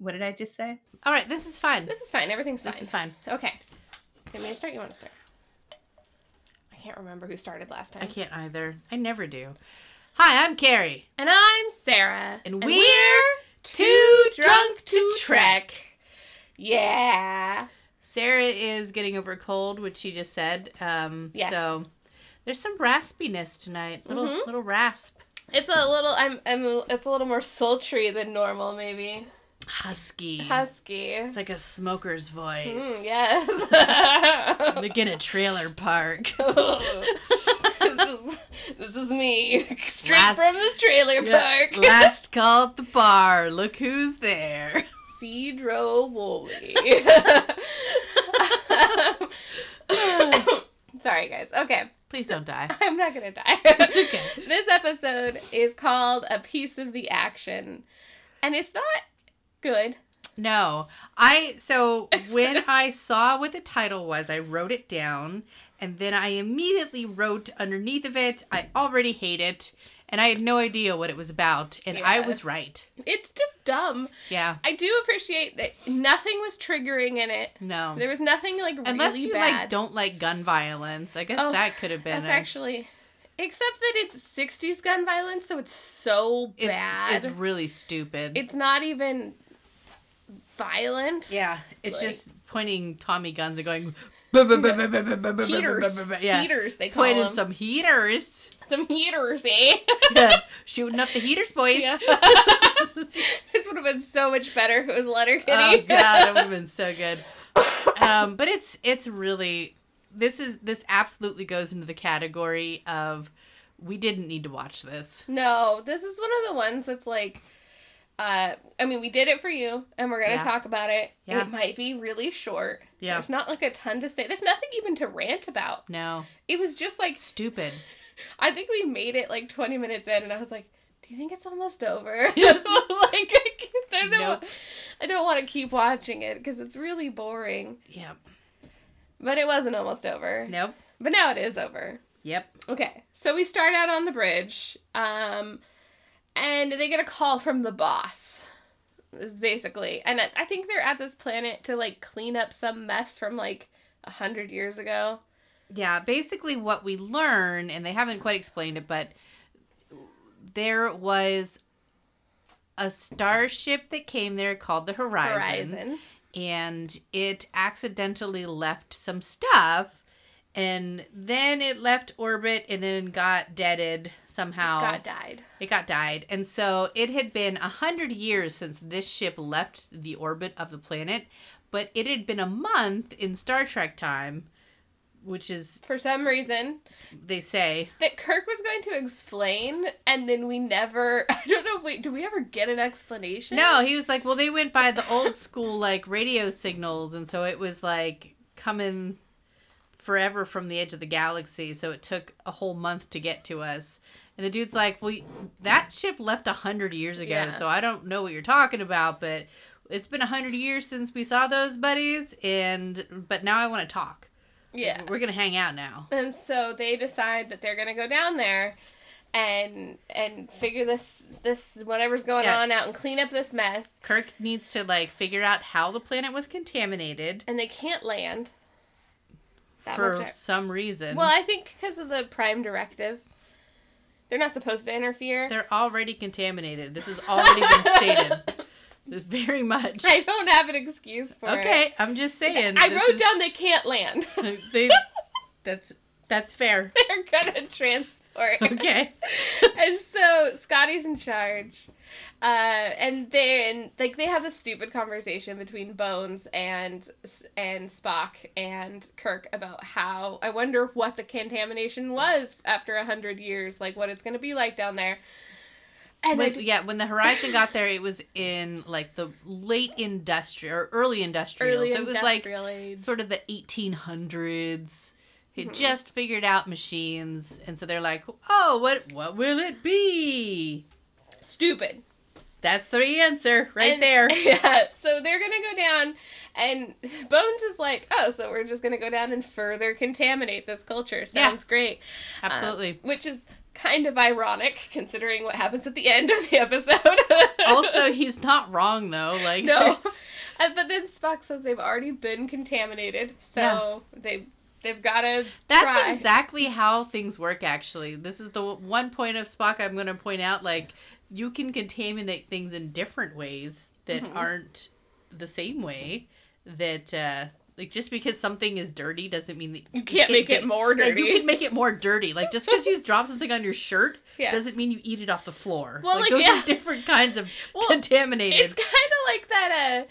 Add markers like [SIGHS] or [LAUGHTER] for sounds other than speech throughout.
What did I just say? All right, this is fine. This, This is fine. Everything's fine. is fine. Okay. You may start. You want to start? I can't remember who started last time. I can't either. I never do. Hi, I'm Carrie. And I'm Sarah. And we're too drunk to trek. Yeah. Sarah is getting over a cold, which she just said. Um, Yes. So there's some raspiness tonight. Little Mhm. little rasp. It's a little. I'm. I'm. It's a little more sultry than normal, maybe. Husky. Husky. it's like a smoker's voice. Mm, yes. Look at a trailer park. [LAUGHS] this, is, this is me [LAUGHS] straight Last- from this trailer [LAUGHS] park. Last call at the bar. Look who's there. [LAUGHS] Cedro [LAUGHS] Woolley. [LAUGHS] Sorry, guys. Okay, Please don't die. I'm not gonna die. It's okay. [LAUGHS] This episode is called "A Piece of the Action," and it's not good. No. I so [LAUGHS] when I saw what the title was, I wrote it down and then I immediately wrote underneath of it, I already hate it and I had no idea what it was about and I Yeah. was right. It's just dumb. Yeah. I do appreciate that nothing was triggering in it. [LAUGHS] No. There was nothing like really Unless you bad. like don't like gun violence. I guess Oh, that could have been That's a- actually, except that it's '60s gun violence, so it's so it's bad. it's really stupid. it's not even violent. yeah. It's like- just pointing Tommy guns and going [LAUGHS] Heaters. Yeah. Heaters, they call Pointed them. Some, some heaters. [LAUGHS] heaters, eh? [LAUGHS] Yeah. Shooting up the heaters, boys. Yeah. this would have been so much better if it was Letter Oh Kitty. god, it would have been so good. Um, but it's it's really this is this absolutely goes into the category of we didn't need to watch this. [LAUGHS] no, this is one of the ones that's like, uh, I mean, we did it for you, and we're going to Yeah. talk about it. Yeah. It might be really short. Yeah. There's not like a ton to say. There's nothing even to rant about. No, It was just like, stupid. I think we made it like 20 minutes in, and I was like, do you think it's almost [LAUGHS] over? [LAUGHS] Yes. like, I don't know. Nope. I don't want to keep watching it because it's really boring. Yeah. But it wasn't almost over. Nope. But now it is over. Yep. Okay. So we start out on the bridge. Um and they get a call from the boss. Is basically. And I- I think they're at this planet to like clean up some mess from like a hundred years ago. Yeah. Basically, what we learn, and they haven't quite explained it, but there was a starship that came there called the Horizon. and it accidentally left some stuff and then it left orbit and then got deaded somehow God died. it got died and so it had been a hundred years since this ship left the orbit of the planet but it had been a month in star trek time which is For some reason. they say That Kirk was going to explain and then we never [LAUGHS] I don't know if we do we ever get an explanation? no he was like well they went by the old school like radio signals and so it was like coming forever from the edge of the galaxy so it took a whole month to get to us and the dude's like well that ship left a hundred years ago Yeah. so i don't know what you're talking about but it's been a hundred years since we saw those buddies and but now i want to talk Yeah. we're gonna hang out now And so they decide that they're gonna go down there and and figure this this whatever's going Yeah. on out and clean up this mess. kirk needs to like figure out how the planet was contaminated And they can't land. That for much I- some reason Well, I think because of the prime directive, they're not supposed to interfere. They're already contaminated. This has already been stated. Very much. [LAUGHS] I don't have an excuse for okay, it. I'm just saying. I this wrote is- down they can't land. [LAUGHS] [LAUGHS] They, that's that's fair. they're gonna [LAUGHS] transport. Okay. and so Scotty's in charge. Uh, and then like they have a stupid conversation between Bones and and Spock and Kirk about how I wonder what the contamination was after a hundred years, like what it's gonna be like down there. And I When, d- yeah, when the Horizon got there, it was in like the late industrial or early industrial. early so it was like industrial age. sort of the 1800s. It Mm-hmm. just figured out machines, and so they're like, "Oh, what what will it be?" stupid. That's the answer right And- [LAUGHS] there. Yeah. So they're gonna go down, and [LAUGHS] Bones is like, "Oh, so we're just gonna go down and further contaminate this culture. Yeah. Sounds great." Um, Absolutely. which is kind of ironic considering what happens at the end of the episode. [LAUGHS] also, he's not wrong though. Like No. [LAUGHS] there's- Uh, but then Spock says they've already been contaminated, so they they've got to That's try. exactly how things work. Actually, this is the w- one point of Spock I'm going to point out. Like you can contaminate things in different ways that Mhm. aren't the same way. That uh, like just because something is dirty doesn't mean that you can't make it more Like, dirty. you can make it more dirty. Like just because [LAUGHS] you drop something on your shirt Yeah. doesn't mean you eat it off the floor. Well, like, like, those yeah. are different kinds of Well, It's contaminated. kind of like that. Uh,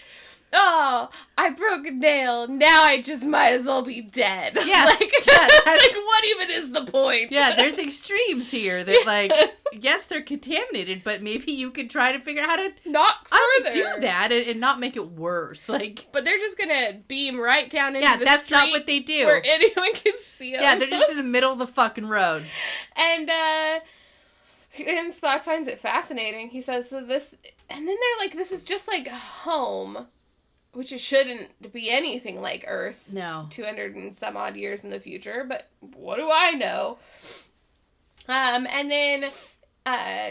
oh, I broke a nail. Now I just might as well be dead. [LAUGHS] Yeah, like, yeah, like that's- what even is the point? Yeah, there's extremes here that like yes, they're contaminated, but maybe you could try to figure out how to [LAUGHS] not I [LAUGHS] would further. do that and, and not make it worse. Like, But they're just gonna beam right down into yeah, the that's not street what they do. where [LAUGHS] anyone can see them. yeah, they're just in the middle of the fucking road. And uh and Spock finds it fascinating. He says so this and then they're like this is just like home, which it shouldn't be anything like Earth. No. 200 and some odd years in the future, but what do I know? Um and then uh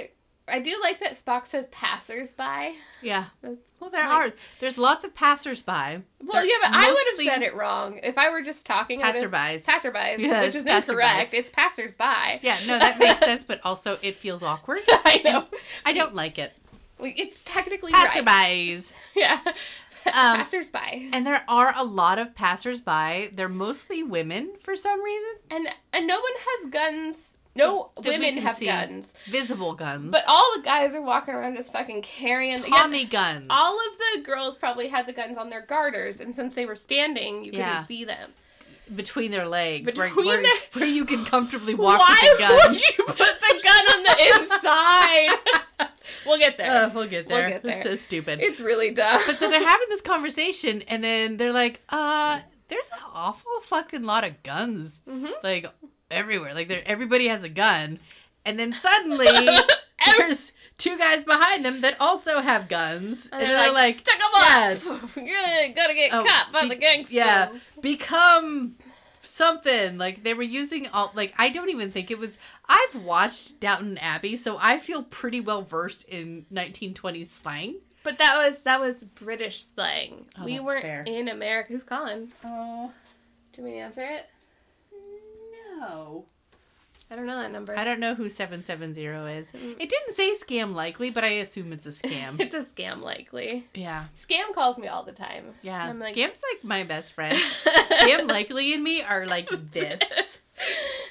I do like that Spock says passersby. Yeah. Well, there Like- are. There's lots of passersby. Well, They're yeah, but I would mostly have said it wrong if I were just talking. I would have- Passerbys. passerbys, Yeah, which it's is incorrect. passerbys. It's passersby. yeah, no, that makes sense, but also it feels awkward. [LAUGHS] I [LAUGHS] know. I don't like it. Like, It's technically right. Passerbys. Yeah. Um, Passersby. And there are a lot of passersby. They're mostly women for some reason. And and no one has guns. No That we women can have see. guns. Visible guns. But all the guys are walking around just fucking carrying yeah, Tommy guns. all of the girls probably had the guns on their garters, and since they were standing, you Yeah. couldn't see them. between their legs, where, Between where, their- where you [LAUGHS] can comfortably walk Why with a gun. [LAUGHS] would you put the gun on the inside? we'll get there. Uh, [LAUGHS] we'll get We'll there. get It's there. so stupid. it's [LAUGHS] really dumb. but so they're having this conversation, and then they're like, "Uh, there's an awful fucking lot of guns, Mhm. like everywhere. Like, there everybody has a gun." And [LAUGHS] then suddenly, there's two guys behind them that also have guns, and, they're, like, stick 'em up. [LAUGHS] You're gonna get Oh, caught by be- the gangsters. yeah, become something like they were using all like i don't even think it was i've watched downton abbey so i feel pretty well versed in 1920s slang But that was that was British slang. Oh, we that's weren't fair. in America. Who's calling? oh Do we answer it? no I don't know that number. [LAUGHS] I don't know who 770 is. Mm. It didn't say scam likely, but I assume it's a [LAUGHS] scam. It's a scam, likely. yeah. Scam calls me all the time. Yeah. I'm like- Scam's like my best friend. scam likely and me are like this. [LAUGHS]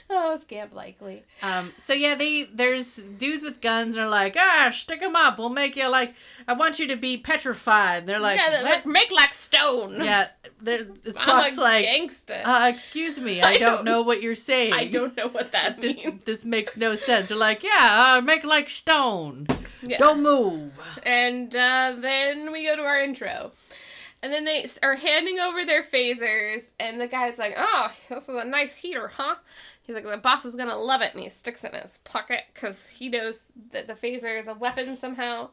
Oh, scam, likely. Um, so yeah, they there's dudes with guns and are like, ah, stick 'em up. We'll make you like I want you to be petrified. And they're like, yeah, they're "What?" like, make like stone. yeah. They're, it's I'm Spock's a like, gangster. uh, excuse me, I I don't don't- know what you're saying. I don't know what that [LAUGHS] This means. this makes no sense. They're like, yeah, uh, make like stone. Yeah. Don't move. And uh, then we go to our intro. And then they s- are handing over their phasers, and the guy's like, Oh, this is a nice heater, huh? He's like, The boss is gonna love it, and he sticks it in his pocket because he knows that the phaser is a weapon somehow.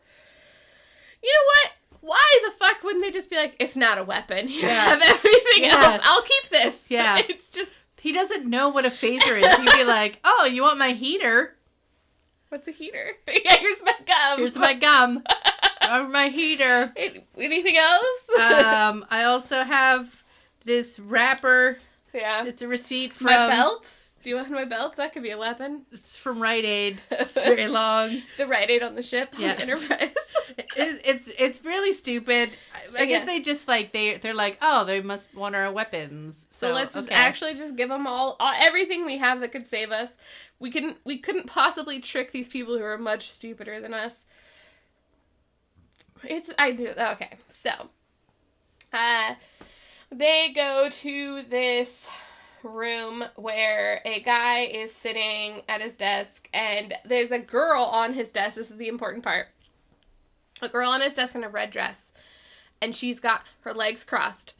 You know what? Why the fuck wouldn't they just be like, It's not a weapon. You Yeah. have everything Yeah. else. I'll keep this. Yeah. [LAUGHS] It's just, He doesn't know what a phaser is. He'd be like, [LAUGHS] "Oh, you want my heater? What's a heater? [LAUGHS] yeah, here's my gum. [LAUGHS] Here's my gum. Or my heater. An- Anything else? Um, I also have this wrapper. [LAUGHS] yeah. It's a receipt from my belts? Do you want my belts? That could be a weapon. It's from Rite Aid. [LAUGHS] It's very long. The Rite Aid on the ship on Yes. Enterprise. [LAUGHS] It, it's it's really stupid. I, I Yeah. guess they just like they they're like, "Oh, they must want our weapons." So, so, let's just okay. actually just give them all, all everything we have that could save us. We couldn't we couldn't possibly trick these people who are much stupider than us. It's I do okay. So, uh, they go to this room where a guy is sitting at his desk and there's a girl on his desk. This is the important part. A girl on his desk in a red dress and she's got her legs crossed.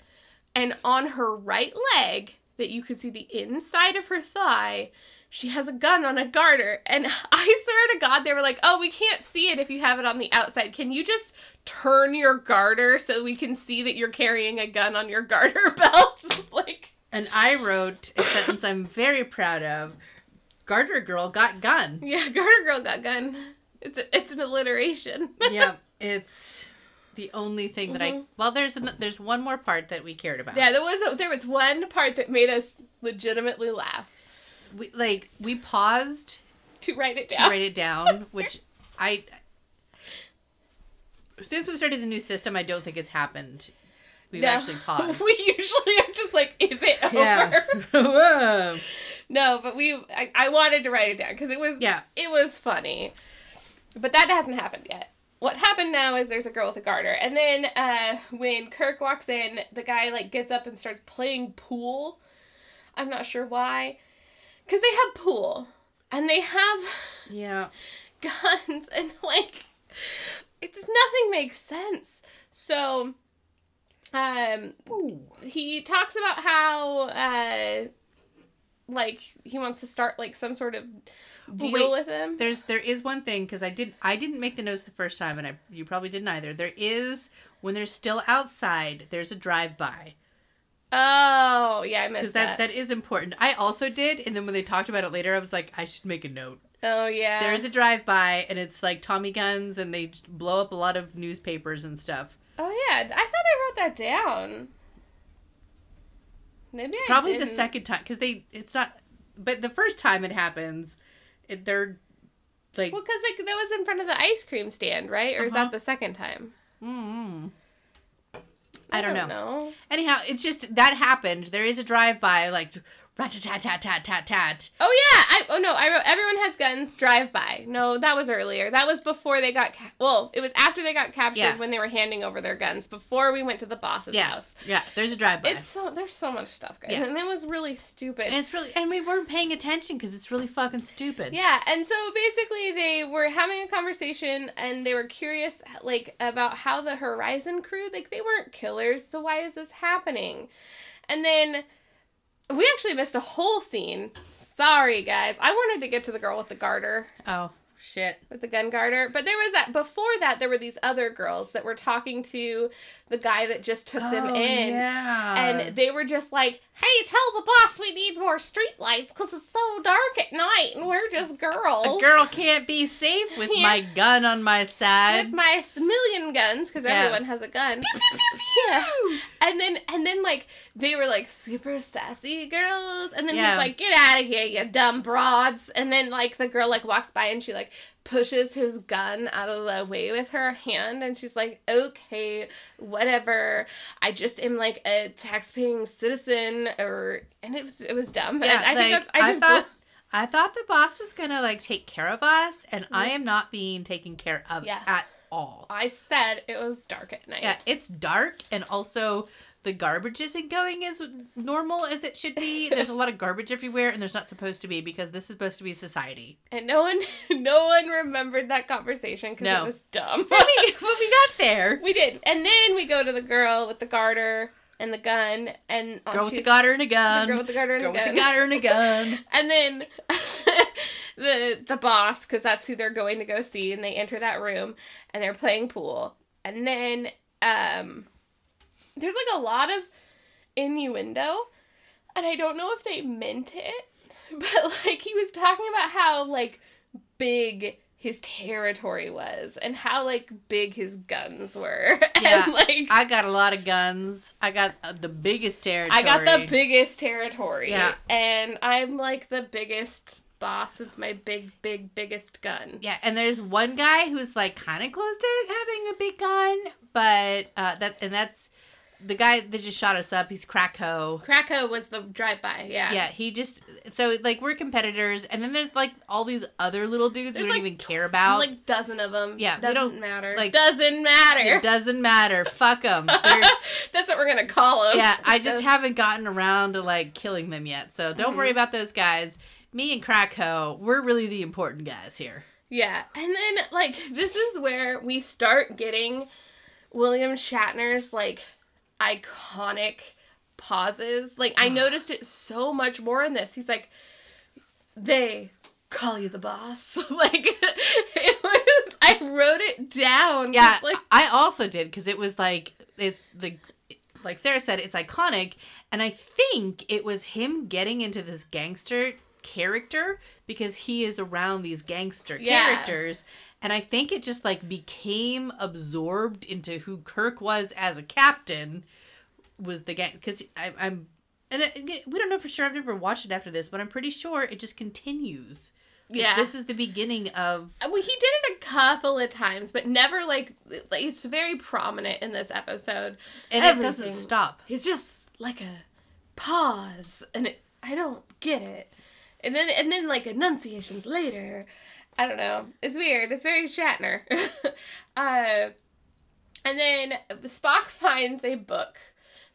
And on her right leg, that you could see the inside of her thigh, she has a gun on a garter. And [LAUGHS] I swear to God, they were like, oh, we can't see it if you have it on the outside. Can you just turn your garter so we can see that you're carrying a gun on your garter [LAUGHS] belt? like, And I wrote a sentence I'm very proud of. Garter Girl got gun. Yeah, Garter Girl got gun. It's a, it's an [LAUGHS] alliteration. yeah, it's the only thing that I. Well, there's an, there's one more part that we cared about. Mm-hmm. yeah, there was a, there was one part that made us legitimately laugh We, like we paused to write it to down. write [LAUGHS] it down, which I. Since we started the new system, I don't think it's happened. We've No. actually paused. [LAUGHS] We usually are just like, is it over? [LAUGHS] yeah. Whoa. No, but we I, I wanted to write it down because it was Yeah. it was funny. But that hasn't happened yet. What happened now is there's a girl with a garter, and then uh, when Kirk walks in, the guy like gets up and starts playing pool. I'm not sure why, because they have pool and they have Yeah. [LAUGHS] guns and like it just nothing makes sense. So, um, he talks about how uh like he wants to start like some sort of deal wait. with him. There's there is one thing because I did I didn't make the notes the first time and I you probably didn't either. There is when they're still outside. There's a drive by Oh, yeah, I because missed that, that. that is important. I also did, and then when they talked about it later, I was like, I should make a note. Oh yeah. There is a drive by, and it's like Tommy guns, and they j- blow up a lot of newspapers and stuff. Oh yeah, I thought I wrote that down. Maybe I Probably the didn't. second time because they it's not, but the first time it happens, it, they're like. Well, because like that was in front of the ice cream stand, right? Or is Uh-huh. that the second time? mm, mm. I don't know. know. Anyhow, it's just that happened. There is a drive by, like rat tat tat tat tat tat. Oh yeah. I oh no. I wrote everyone has guns. Drive by. No, that was earlier. That was before they got. Ca- well, it was after they got captured Yeah. when they were handing over their guns. Before we went to the boss's Yeah, house. yeah. There's a drive by, It's so there's so much stuff, guys, Yeah. and it was really stupid. and it's really and we weren't paying attention because it's really fucking stupid. yeah, and so basically they were having a conversation and they were curious like about how the Horizon crew like they weren't killers, so why is this happening? And then we actually missed a whole scene. Sorry guys. I wanted to get to the girl with the garter. Oh shit. with the gun garter. But there was that before that there were these other girls that were talking to the guy that just took them Oh, in. Yeah. And they were just like, "Hey, tell the boss we need more streetlights because it's so dark at night, and we're just a girls girl can't be safe with Yeah. my gun on my side. with my million guns because Yeah. everyone has a gun." Yeah. And then and then like they were like super sassy girls and then Yeah. he's like get out of here you dumb broads and then like the girl like walks by and she like pushes his gun out of the way with her hand and she's like okay whatever I just am like a taxpaying citizen or and it was it was dumb and I think that's I just thought I thought the boss was gonna like take care of us, and I am not being taken care of Mm-hmm. Yeah. at all. I said it was dark at night Yeah, it's dark, and also the garbage isn't going as normal as it [LAUGHS] should be. There's a lot of garbage everywhere, and there's not supposed to be because this is supposed to be society. and no one [LAUGHS] no one remembered that conversation because No. it was [LAUGHS] dumb. But [LAUGHS] we, but we got there. We did, and then we go to the girl with the garter and the gun, and oh, Girl with the she's- garter and a the gun. girl with the garter and Girl the with the gun, garter and a gun. [LAUGHS] and then the the boss, because that's who they're going to go see, and they enter that room, and they're playing pool, and then um, there's like a lot of innuendo, and I don't know if they meant it, [LAUGHS] but like he was talking about how like big his territory was and how like big his guns were [LAUGHS] Yeah. and like I got a lot of guns. I got uh, the biggest territory. I got the biggest territory. Yeah. And I'm like the biggest boss with my big, big, biggest gun. Yeah, and there's one guy who's like kind of close to having a big gun, but uh, that and that's the guy that just shot us up. He's Krakow. Krakow was the drive by, yeah. Yeah, he just so like we're competitors, and then there's like all these other little dudes we There's, don't like, even care about. Like dozen of them. Yeah, we doesn't don't- matter. like- doesn't matter. it doesn't matter. Fuck them. [LAUGHS] That's what we're gonna call them. yeah, I just haven't gotten around to like killing them yet, so don't Mm-hmm. worry about those guys. Me and Krakow, we're really the important guys here. Yeah, and then like this is where we start getting William Shatner's like iconic pauses. Like I noticed it so much more in this. He's like, "They call you the boss." [LAUGHS] like it was. I wrote it down. Yeah, It's Like I also did because it was like it's the like Sarah said, it's iconic, and I think it was him getting into this gangster character because he is around these gangster Yeah. characters. And I think it just like became absorbed into who Kirk was as a captain was the gang because I'm and it, again, we don't know for sure. I've never watched it after this, but I'm pretty sure it just continues. Like, Yeah. this is the beginning of uh, Well, he did it a couple of times, but never like, like it's very prominent in this episode. and it Everything. doesn't stop. It's just like a pause, and it, I don't get it. And then and then like enunciations later. I don't know. It's weird. It's very Shatner. [LAUGHS] uh, and then Spock finds a book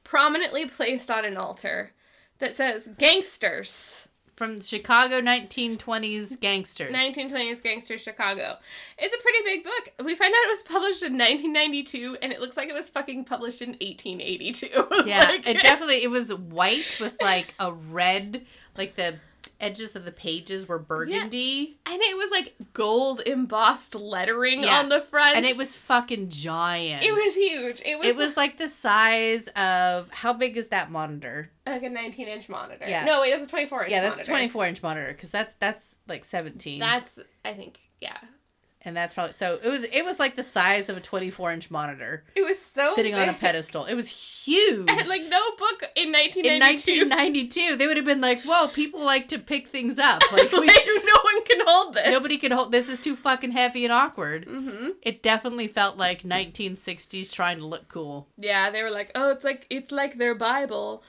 prominently placed on an altar that says "Gangsters." From Chicago 1920s gangsters. 1920s Gangster Chicago. It's a pretty big book. We find out it was published in 1992, and it looks like it was fucking published in 1882. [LAUGHS] yeah, Like- it definitely it was white with like a red, like the edges of the pages were burgundy, and it was like gold embossed lettering Yeah. on the front, and it was fucking giant. it was huge. It was it was like the size of how big is that monitor? like a 19 inch monitor. Yeah. No, wait, that's a 24 inch. Yeah, that's a monitor. 24 inch monitor because that's that's like 17. That's I think yeah. and that's probably so it was it was like the size of a 24 inch monitor It was so sitting on a [LAUGHS] big. pedestal it was huge And Oh, like no book in 1992. [LAUGHS] in 1992 they would have been like whoa people like to pick things up like [LAUGHS] we, [LAUGHS] like, no one can hold this. nobody could hold this is too fucking heavy and awkward Mm-hmm. it definitely felt like 1960s trying to look cool Yeah, they were like, "Oh, it's like it's like their Bible."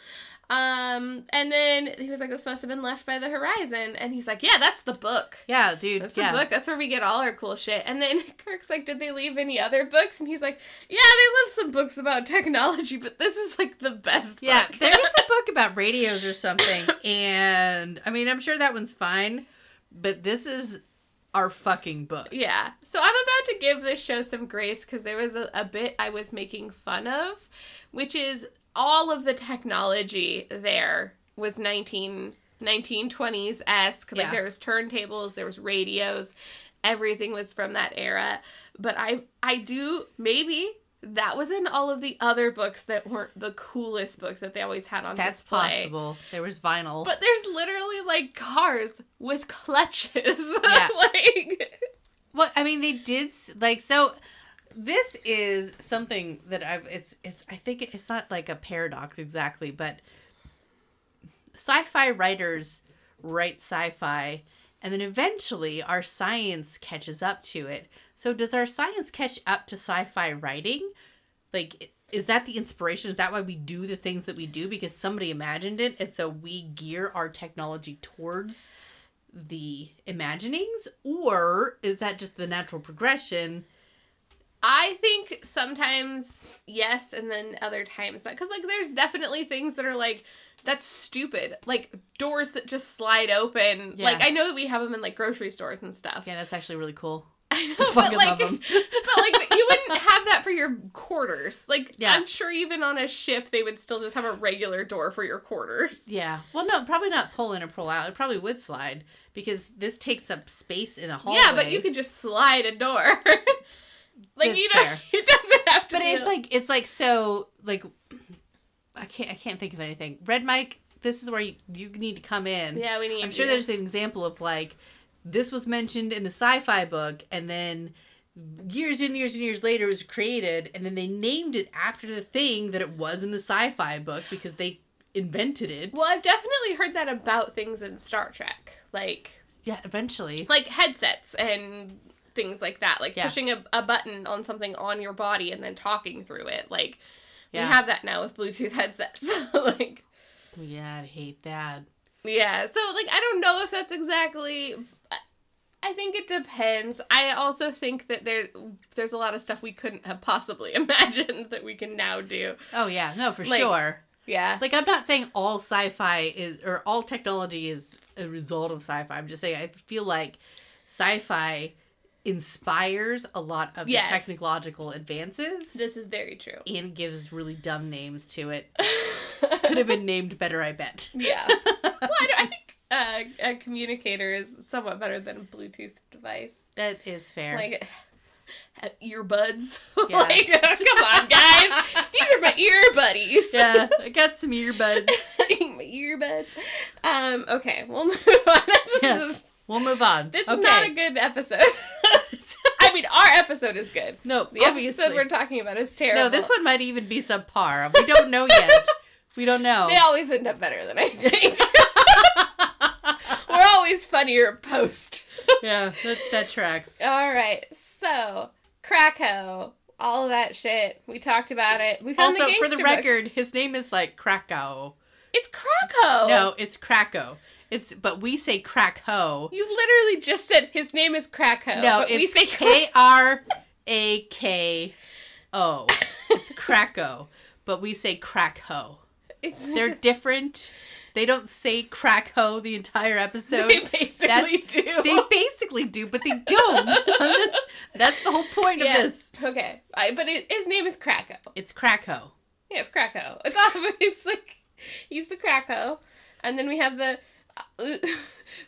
Um, and then he was like, "This must have been left by the horizon," and he's like, "Yeah, that's the book. yeah dude That's the yeah book. That's where we get all our cool shit." And then [LAUGHS] Kirk's like, "Did they leave any other books?" And he's like, "Yeah, they left some books about technology, but this is like the best yeah book." [LAUGHS] there is a book about radios or something and i mean i'm sure that one's fine but this is our fucking book Yeah. So I'm about to give this show some grace because there was a, a bit I was making fun of, which is all of the technology there was 19, 1920s esque. Like Yeah. there was turntables, there was radios, everything was from that era. But I I do maybe that was in all of the other books that weren't the coolest book that they always had on that's display. possible there was vinyl But there's literally like cars with clutches. [LAUGHS] Yeah. like Well, I mean, they did s- like so. This is something that I've. It's. It's. I think it's not like a paradox exactly, but sci-fi writers write sci-fi, and then eventually our science catches up to it. So does our science catch up to sci-fi writing? Like, is that the inspiration? Is that why we do the things that we do because somebody imagined it, and so we gear our technology towards the imaginings or is that just the natural progression I think sometimes yes, and then other times not. Because, like, there's definitely things that are like, that's stupid. Like, doors that just slide open. Yeah. Like, I know we have them in, like, grocery stores and stuff. [LAUGHS] yeah that's actually really cool I know, fucking but, like, love [LAUGHS] 'em. but, like, you [LAUGHS] wouldn't have that for your quarters. Like, Yeah. I'm sure even on a ship, they would still just have a regular door for your quarters. yeah well no probably not pull in or pull out it probably would slide because this takes up space in a hallway Yeah, but you could just slide a door. [LAUGHS] like, That's you know, fair. [LAUGHS] it doesn't have to but be it's a- like it's like so like i can't i can't think of anything red mike this is where you, you need to come in yeah, we need. I'm sure yeah. there's an example of like this was mentioned in a sci-fi book and then years and years and years later it was created and then they named it after the thing that it was in the sci-fi book because they invented it. Well, I've definitely heard that about things in Star Trek, like Yeah, eventually. like headsets and things like that, like Yeah. pushing a, a button on something on your body and then talking through it. Like Yeah. we have that now with Bluetooth [LAUGHS] headsets. like Oh, yeah, I'd hate that. yeah, so like I don't know if that's exactly. I- I think it depends. I also think that there there's a lot of stuff we couldn't have possibly [LAUGHS] imagined that we can now do. Oh yeah, no for Like- sure. Yeah. Like I'm not saying all sci-fi is or all technology is a result of sci-fi. I'm just saying I feel like sci-fi inspires a lot of Yes. the technological advances. This is very true. [LAUGHS] and gives really dumb names to it. Could have been named better, I bet. Yeah. [LAUGHS] well, I, don't- I think uh, a communicator is somewhat better than a Bluetooth device. That is fair. Like [LAUGHS] uh, earbuds. [LAUGHS] Yeah. like, come on, guys. These are my ear buddies. [LAUGHS] yeah, I got some earbuds. my earbuds. Um, okay, we'll [LAUGHS] move on. This Yeah. is We'll move on. This okay. is not a good episode. [LAUGHS] I mean, our episode is good. no, The obviously. episode we're talking about is terrible. No, this one might even be subpar. We don't know yet. we don't [LAUGHS] know. They always end up better [LAUGHS] than I think. [LAUGHS] we're always funnier post. yeah, that, that tracks. All right, so Krakow, all of that shit. We talked about it. We found Also, the for gangster the book. record, his name is like Krakow. it's Krakow. No, it's Krakow. It's but we say Krakow. you literally just said his name is Krakow. No, but it's we say Krakow. K R A K O. It's Krakow, but we say Krakow. [LAUGHS] It's- [LAUGHS] They're different. They don't say Krakow the entire episode. they basically do. They basically do, but they don't. [LAUGHS] that's, that's the whole [LAUGHS] point Yeah. of this. Okay, I, but it, his name is Krakow. It's [LAUGHS] Krakow. Yeah, it's Krakow. [LAUGHS] It's obvious. Like he's the Krakow, and then we have the uh, [LAUGHS] U-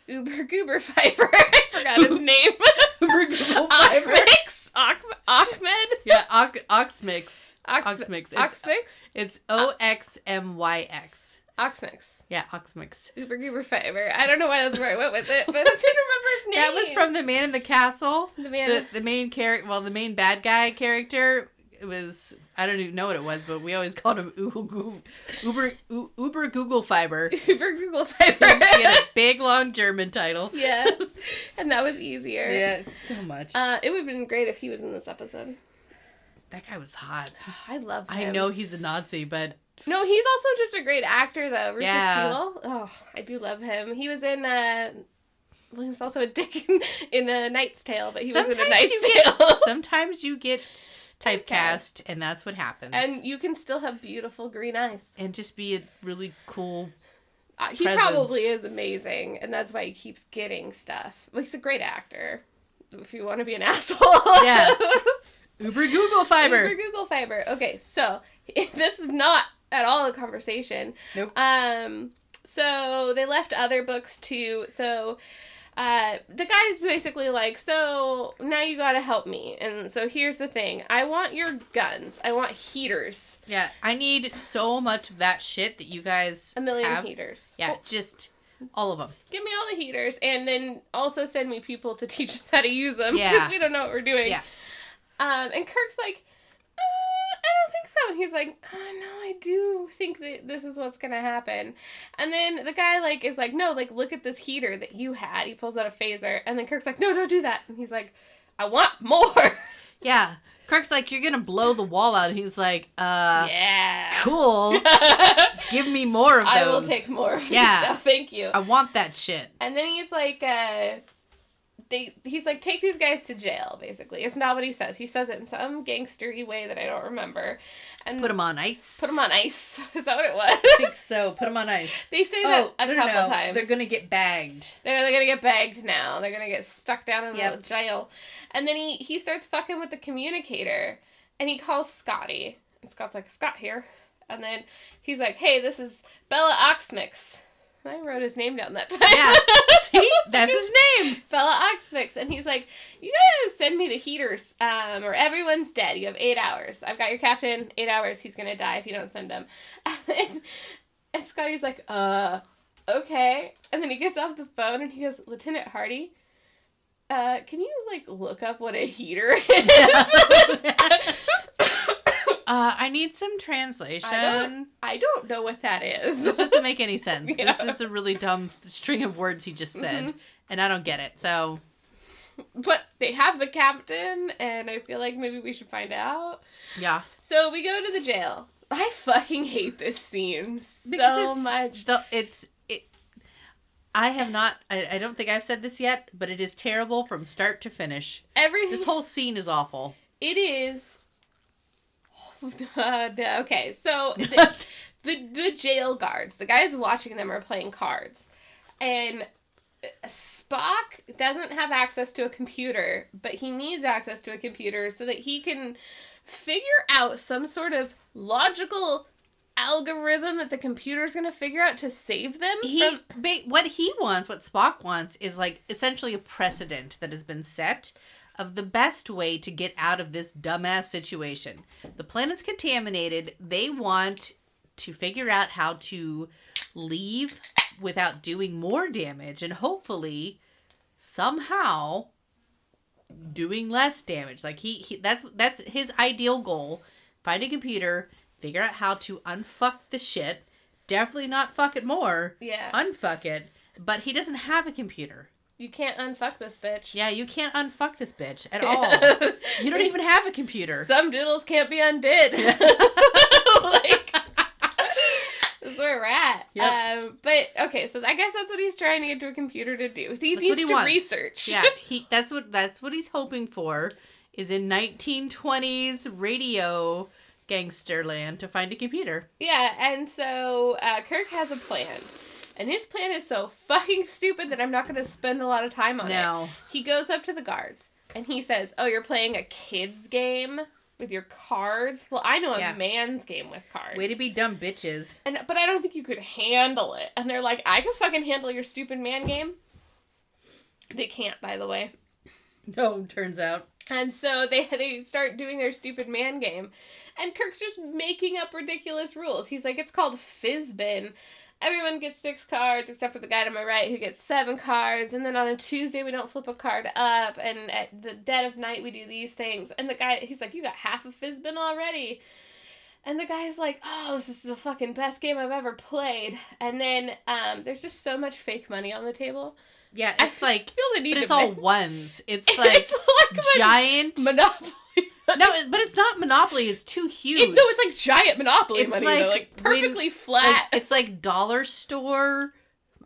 Uber Goober Fiber. [LAUGHS] I forgot [LAUGHS] his name. Oxmix. Ox- Ahmed. yeah, ox, oxmix. Ox- Oxmix. It's Oxmix. it's O X M Y X. Oxmix. Yeah, oxmix. Uber Goober Fiber. I don't know why that's where I went with it, but I can't remember his name. [LAUGHS] That was from the Man in the Castle. the man. the, the main character, well, the main bad guy character was I don't even know what it was, but we always called him Uber Goo- Uber U- Uber Google Fiber. [LAUGHS] Uber [LAUGHS] Google Fiber. He had a big long German title. [LAUGHS] [LAUGHS] yeah, and that was easier. so much. Uh, it would have been great if he was in this episode. that guy was hot. I love him. [SIGHS] I know he's a [LAUGHS] Nazi, but No, he's also just a great actor, though. Rufus Yeah. Sewell. Oh, I do love him. He was in. Uh, well, he was also a dick in, in A Knight's Tale, but he was in A sometimes Knight's you Tale. get [LAUGHS] sometimes you get typecast, and that's what happens. and you can still have beautiful green eyes. and just be a really cool. [LAUGHS] Uh, he Presence. probably is amazing, and that's why he keeps getting stuff. Well, he's a great actor. If you want to be an [LAUGHS] asshole, [LAUGHS] Yeah. Uber Google Fiber. Uber Google Fiber. Okay, so [LAUGHS] this is not at all a conversation. Nope. Um, so they left other books too. So uh, the guy's basically like, so now you gotta help me. And so here's the thing I want your guns, I want heaters, Yeah, I need so much of that shit that you guys a million have. heaters. Yeah, just all of them. Give me all the heaters, and then also send me people to [LAUGHS] teach us how to use them because Yeah. we don't know what we're doing. Yeah. Um, and Kirk's like, uh, I don't think so. And he's like, oh, no, I do think that this is what's gonna happen. And then the guy like is like, no, like look at this heater that you had. He pulls out a phaser, and then Kirk's like, no, don't do that. And he's like, I want more. Yeah. Kirk's like, you're gonna blow the wall out. And he's like, uh, [LAUGHS] yeah. cool. Give me more of [LAUGHS] those. I will take more. Of yeah. Yeah. Stuff. Thank you. I want that shit. And then he's like, uh, they, he's like, take these guys to jail, basically. It's not what he says. He says it in some gangstery way that I don't remember. And Put them on ice. put 'em on ice. [LAUGHS] Is that what it was? [LAUGHS] I think so. Put them on ice. they say Oh, that I a don't couple know. times. They're gonna get [LAUGHS] bagged. They're, they're gonna get bagged now. They're gonna get stuck down in the Yep. jail. And then he he starts fucking with the communicator, and he calls Scotty. And Scott's like, Scott here. And then he's like, Hey, this is Bella Oxmix. And I wrote his name down that [LAUGHS] time. Yeah. [LAUGHS] See? That's his name. Bella Oxmix, and he's like, "You gotta send me the heaters, um, or everyone's dead. You have eight hours. I've got your captain. Eight hours. He's gonna die if you don't send him." [LAUGHS] And, and Scotty's like, "Uh, okay." And then he gets off the phone and he goes, "Lieutenant Hardy, uh, can you like look up what a heater is?" [LAUGHS] [LAUGHS] [LAUGHS] Uh, I need some translation. I don't- I don't know what that is. This doesn't make any [LAUGHS] sense. Yeah. This is a really dumb string of words he just said, and I don't get it. So but they have the captain, and I feel like maybe we should find out. yeah, So we go to the jail. I fucking hate this scene so it's, much. The, it's it. I have not. I, I don't think I've said this yet, but it is terrible from start to finish. Everything This whole scene is awful. it is. [LAUGHS] Uh, no, okay, [LAUGHS] so the, it's the the jail guards, the guys watching them are playing cards, and uh, Spock doesn't have access to a computer, but he needs access to a computer so that he can figure out some sort of logical algorithm that the computer's going to figure out to save them he from ba what he wants, what Spock wants, is like essentially a precedent that has been set of the best way to get out of this dumbass situation. The planet's contaminated. They want to figure out how to leave without doing more damage and hopefully somehow doing less damage. Like he, he that's that's his ideal goal. Find a computer, figure out how to unfuck the shit. Definitely not fuck it more. Yeah. Unfuck it. But he doesn't have a computer. You can't unfuck this bitch. Yeah, you can't unfuck this bitch [LAUGHS] at all. you don't even have a computer. Some doodles can't be undid. [LAUGHS] like, that's where we're at. Yep. Um, but okay, so I guess that's what he's trying to get to a computer to do. He That's what needs he to wants. research. yeah, he that's what that's what he's hoping for is in 1920s radio gangster land to find a computer. [LAUGHS] Yeah, and so uh, Kirk has a plan. And his plan is so fucking stupid that I'm not going to spend a lot of time on it. Now, He goes up to the guards and he says, Oh, you're playing a kid's game with your cards? Well, I know a Yeah. man's game with cards. way to be dumb bitches. [LAUGHS] and, but I don't think you could handle it. And they're like, I can fucking handle your stupid man game. They can't, by the way. No, turns out. [LAUGHS] And so they they start doing their stupid man game, and Kirk's just making up ridiculous rules. He's like, it's called Fizbin. Everyone gets six cards except for the guy to my right who gets seven cards. And then on a Tuesday we don't flip a card up, and at the dead of night we do these things. And the guy he's like, you got half of Fizbin already. And the guy's like, "Oh, this is the fucking best game I've ever played." And then um, there's just so much fake money on the table. Yeah, [LAUGHS] it's like I feel the need but to it's all make- ones. [LAUGHS] It's [LAUGHS] It's like like my giant. Monopoly. no, it- but it's not Monopoly. It's too [LAUGHS] huge. It- no, it's like giant Monopoly It's money. Like, like like perfectly Like, [LAUGHS] flat. it's like dollar store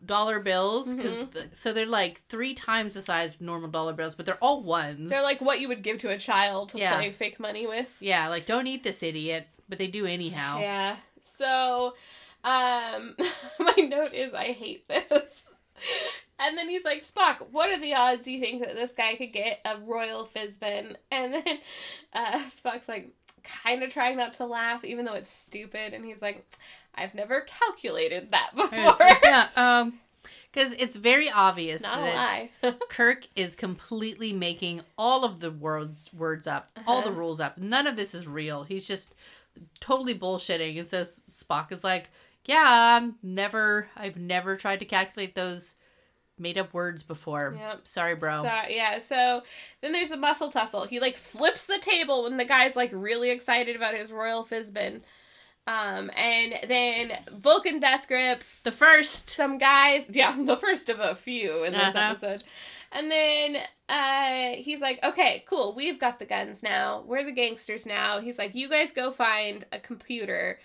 dollar bills because Mhm. so they're like three times the size of normal dollar bills, but they're all ones. They're like what you would give to a child to Yeah. play fake money with. yeah, like don't eat this idiot, but they do anyhow. Yeah. So, um, [LAUGHS] my note is I hate this. And then he's like, Spock, what are the odds you think that this guy could get a royal Fizbin? And then [LAUGHS] uh, Spock's like, kind of trying not to laugh, even though it's stupid. And he's like, I've never calculated that There's- before. yeah, um, because it's very obvious Not a that lie. [LAUGHS] Kirk is completely making all of the words words up, all the Uh-huh. rules up. None of this is real. He's just totally bullshitting. And so S- Spock is like, "Yeah, I'm never. I've never tried to calculate those made up words before. Yep. Sorry, bro. So, yeah, so then there's a muscle tussle. He like flips the table when the guy's like really excited about his royal Fizbin. Um, and then Vulcan Death Grip, The first. some guys, [LAUGHS] yeah, the first of a few in this Uh-huh. episode. And then uh, he's like, okay, cool, we've got the guns now. We're the gangsters now. He's like, you guys go find a computer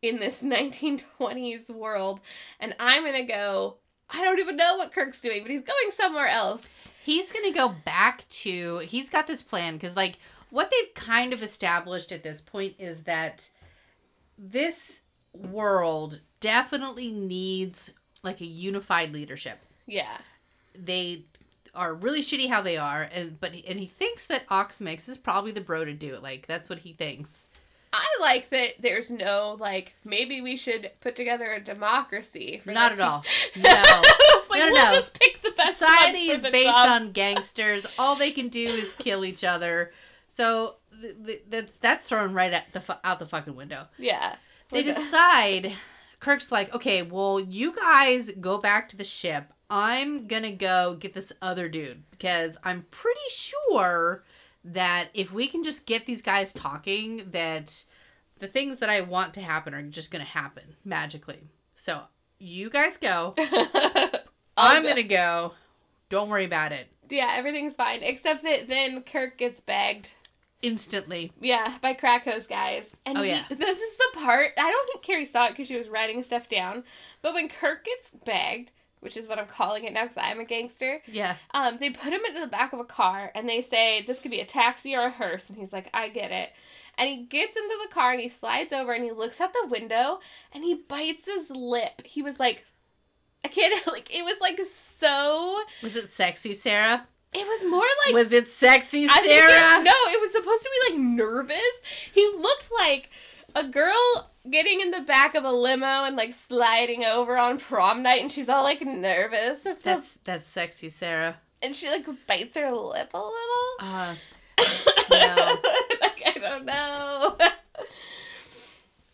in this [LAUGHS] 1920s world, and I'm gonna go. I don't even know what Kirk's doing, but he's going somewhere else. He's gonna go back to. He's got this plan because, like, what they've kind of established at this point is that this world definitely needs like a unified leadership. Yeah. they are really shitty how they are and but and he thinks that Oxmix is probably the bro to do it like that's what he thinks I like that there's no like maybe we should put together a democracy. For not that. at all no [LAUGHS] like No, no, we'll no. just pick [LAUGHS] the best society one is for the based job. on gangsters all they can do is kill each other so th- th- that's that's thrown right at the fu- out the fucking window yeah. they We're go- decide kirk's like okay well you guys go back to the ship i'm gonna go get this other dude because i'm pretty sure that if we can just get these guys talking that the things that i want to happen are just gonna happen magically so you guys go [LAUGHS] I'll i'm go- gonna go don't worry about it yeah everything's fine except that then Kirk gets bagged instantly yeah by Krakow's guys and Oh, he- yeah. this is the part I don't think Carrie saw it because she was writing stuff down but when Kirk gets bagged which is what I'm calling it now because I'm a gangster yeah Um, they put him into the back of a car and they say, This could be a taxi or a hearse. And he's like, I get it. And he gets into the car and he slides over and he looks out the window and he bites his lip. He was like, I can't, [LAUGHS] like, it was like so, was it sexy sarah it was more like. was it sexy I think it- sarah no, it was supposed to be like nervous. He looked like a girl getting in the back of a limo and like sliding over on prom night and she's all like nervous. that's that's sexy sarah and she like bites her lip a little. uh [LAUGHS] like, I don't know. [LAUGHS]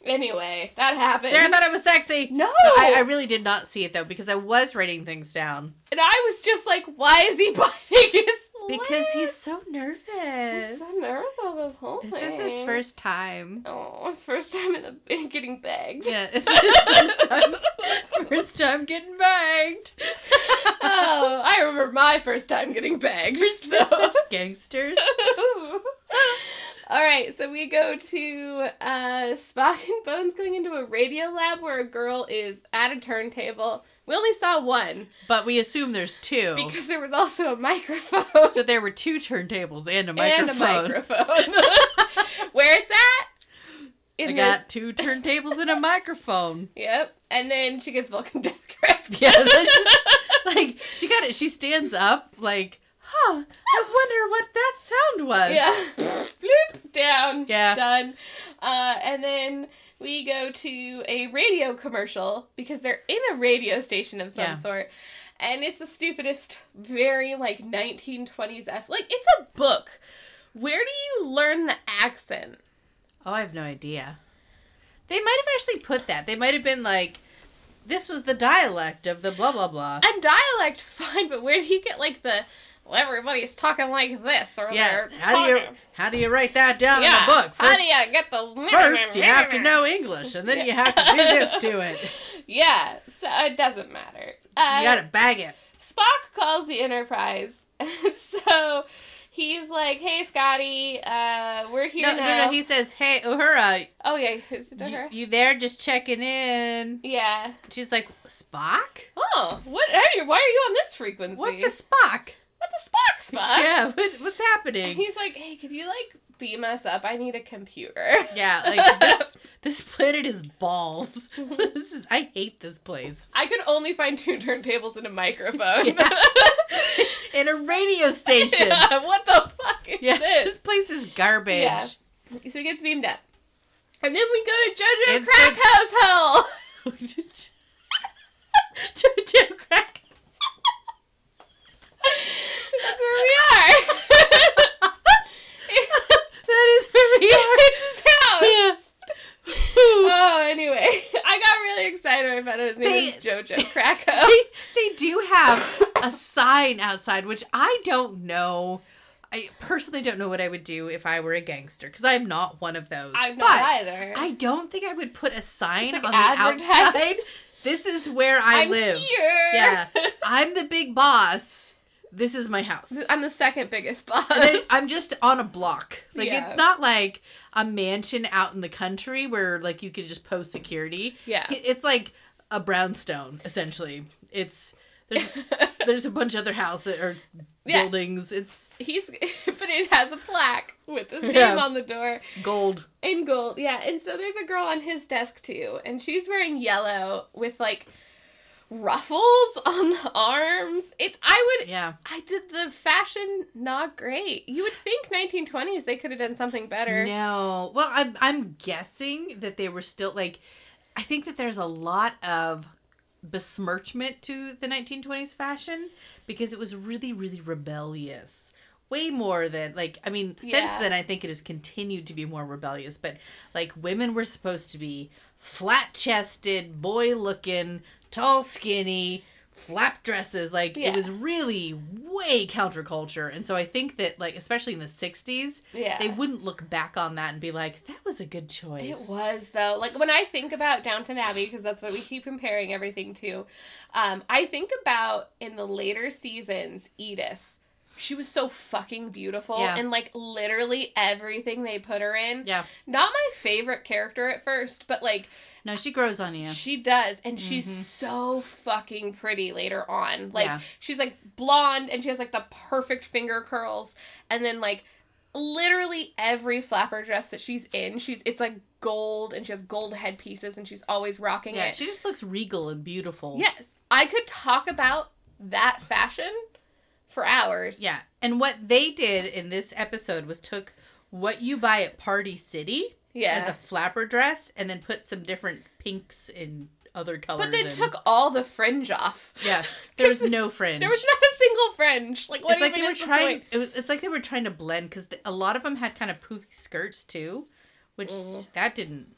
Anyway, that happened. Sarah thought it was sexy. no, But I, I really did not see it though because I was writing things down and I was just like, why is he [LAUGHS] biting his because lip? he's so nervous. He's so nervous all this whole This is his thing. first time. Oh, his first time in the in getting bagged. [LAUGHS] Yeah, this is his first time. [LAUGHS] First time getting bagged. [LAUGHS] oh, I remember my first time getting bagged. [LAUGHS] They're so- such gangsters. [LAUGHS] All right, so we go to uh, Spock and Bones going into a radio lab where a girl is at a turntable. We only saw one But we assume there's two. because there was also a [LAUGHS] microphone [LAUGHS] so there were two turntables and a and microphone. a microphone. [LAUGHS] where it's at? In I this- got two turntables and a microphone. Yep, and then she gets Vulcan [LAUGHS] death grip. [LAUGHS] Yeah, that's just like she got it. She stands up, like, huh? I wonder what that sound was. [LAUGHS] Yeah. Bloop down. Yeah. Done. Uh, and then we go to a radio commercial because they're in a radio station of some Yeah. sort. And it's the stupidest, very like 1920s esque. Like, it's a book. Where do you learn the accent? Oh, I have no idea. They might have actually put that. They might have been like, this was the dialect of the blah blah blah. And dialect, [LAUGHS] fine, but where do you get like the, well, everybody's talking like this or yeah. they're How do you talking- how do you write that down yeah. in a book? How First, do you get the [LAUGHS] first you have to know English, and then you have to do this to it. [LAUGHS] Yeah, so it doesn't matter. Uh, You gotta bag it. Spock calls the Enterprise. [LAUGHS] so he's like, "Hey, Scotty, uh, we're here No, no, now." no. He says, "Hey, Uhura, oh yeah, is it you, her? you there? Just checking in." yeah. She's like, "Spock? Oh, what? Are you, why are you on this frequency? What the Spock?" what the Spock spot? [LAUGHS] yeah, what, what's And happening? he's like, "Hey, could you like beam us up? I need a computer." [LAUGHS] Yeah, [LAUGHS] like this this planet is balls. [LAUGHS] this is I hate this place. I could only find two [LAUGHS] turntables and a microphone. Yeah. [LAUGHS] And a radio station. Yeah, Yeah, what the fuck is this this? place is garbage. [LAUGHS] Yeah. So he gets beamed up. And then we go to JoJo It's a- Crack House Hole. Jojo crack. [LAUGHS] [LAUGHS] That's where we are. [LAUGHS] That is where we are. It's his house. [LAUGHS] Yeah. [LAUGHS] Oh, anyway, [LAUGHS] I got really excited when I found out his name They- was JoJo [LAUGHS] Krakow. they, they do have a sign outside, which I don't know. I personally don't know what I would do if I were a gangster because I'm not one of those. I'm But- not either. I don't think I would put a sign Just, like, on advertise. the outside. [LAUGHS] This is where I am live. here. Yeah. I'm the big boss. This is my house. [LAUGHS] I'm the second biggest boss. And I- I'm just on a block. Like uh, Yeah. it's not like a mansion out in the country where like you can just post security. [LAUGHS] Yeah. It- It's like a brownstone essentially. It's there's there's a bunch of other houses or [LAUGHS] Yeah. buildings. It's [LAUGHS] He's, [LAUGHS] but it has a plaque with his name Yeah. on the door gold. in gold. Yeah, and so there's a girl on his desk too, and she's wearing yellow with like ruffles [LAUGHS] on the arms. It's I would Yeah. I did the fashion not great. You would think 1920s they could have done something better. No. Well, I'm I'm guessing that they were still like I think that there's a lot of besmirchment to the 1920s fashion because it was really really rebellious. Way more than like I mean since Yeah. then I think it has continued to be more rebellious, but like women were supposed to be flat-chested, boy-looking, tall, skinny, flap dresses like Yeah. it was really way counterculture. And so I think that like especially in the 60s Yeah. they wouldn't look back on that and be like, that was a good choice. It was though. Like when I think about Downton Abbey, because that's what we keep comparing everything to. Um, I think about in the later seasons, Edith. She was so fucking beautiful, Yeah. and like literally everything they put her in. Yeah. Not my favorite character at first, but like No, she grows on you. She does, and she's Mhm. so fucking pretty later on. Like Yeah. she's like blonde and she has like the perfect finger curls and then like literally every flapper dress that she's in, she's it's like gold and she has gold headpieces and she's always rocking yeah, it. she just looks regal and beautiful. yes. I could talk about that fashion for hours. Yeah. And what they did in this episode was took what you buy at Party City Yeah. as a flapper dress and then put some different pinks and other colors. but they in. took all the fringe off. [LAUGHS] Yeah. There was no fringe. There was not a single fringe. Like what it's like even they were is the trying point? it was, it's like they were trying to blend because a lot of them had kind of poofy skirts too which Mm-hmm. that didn't.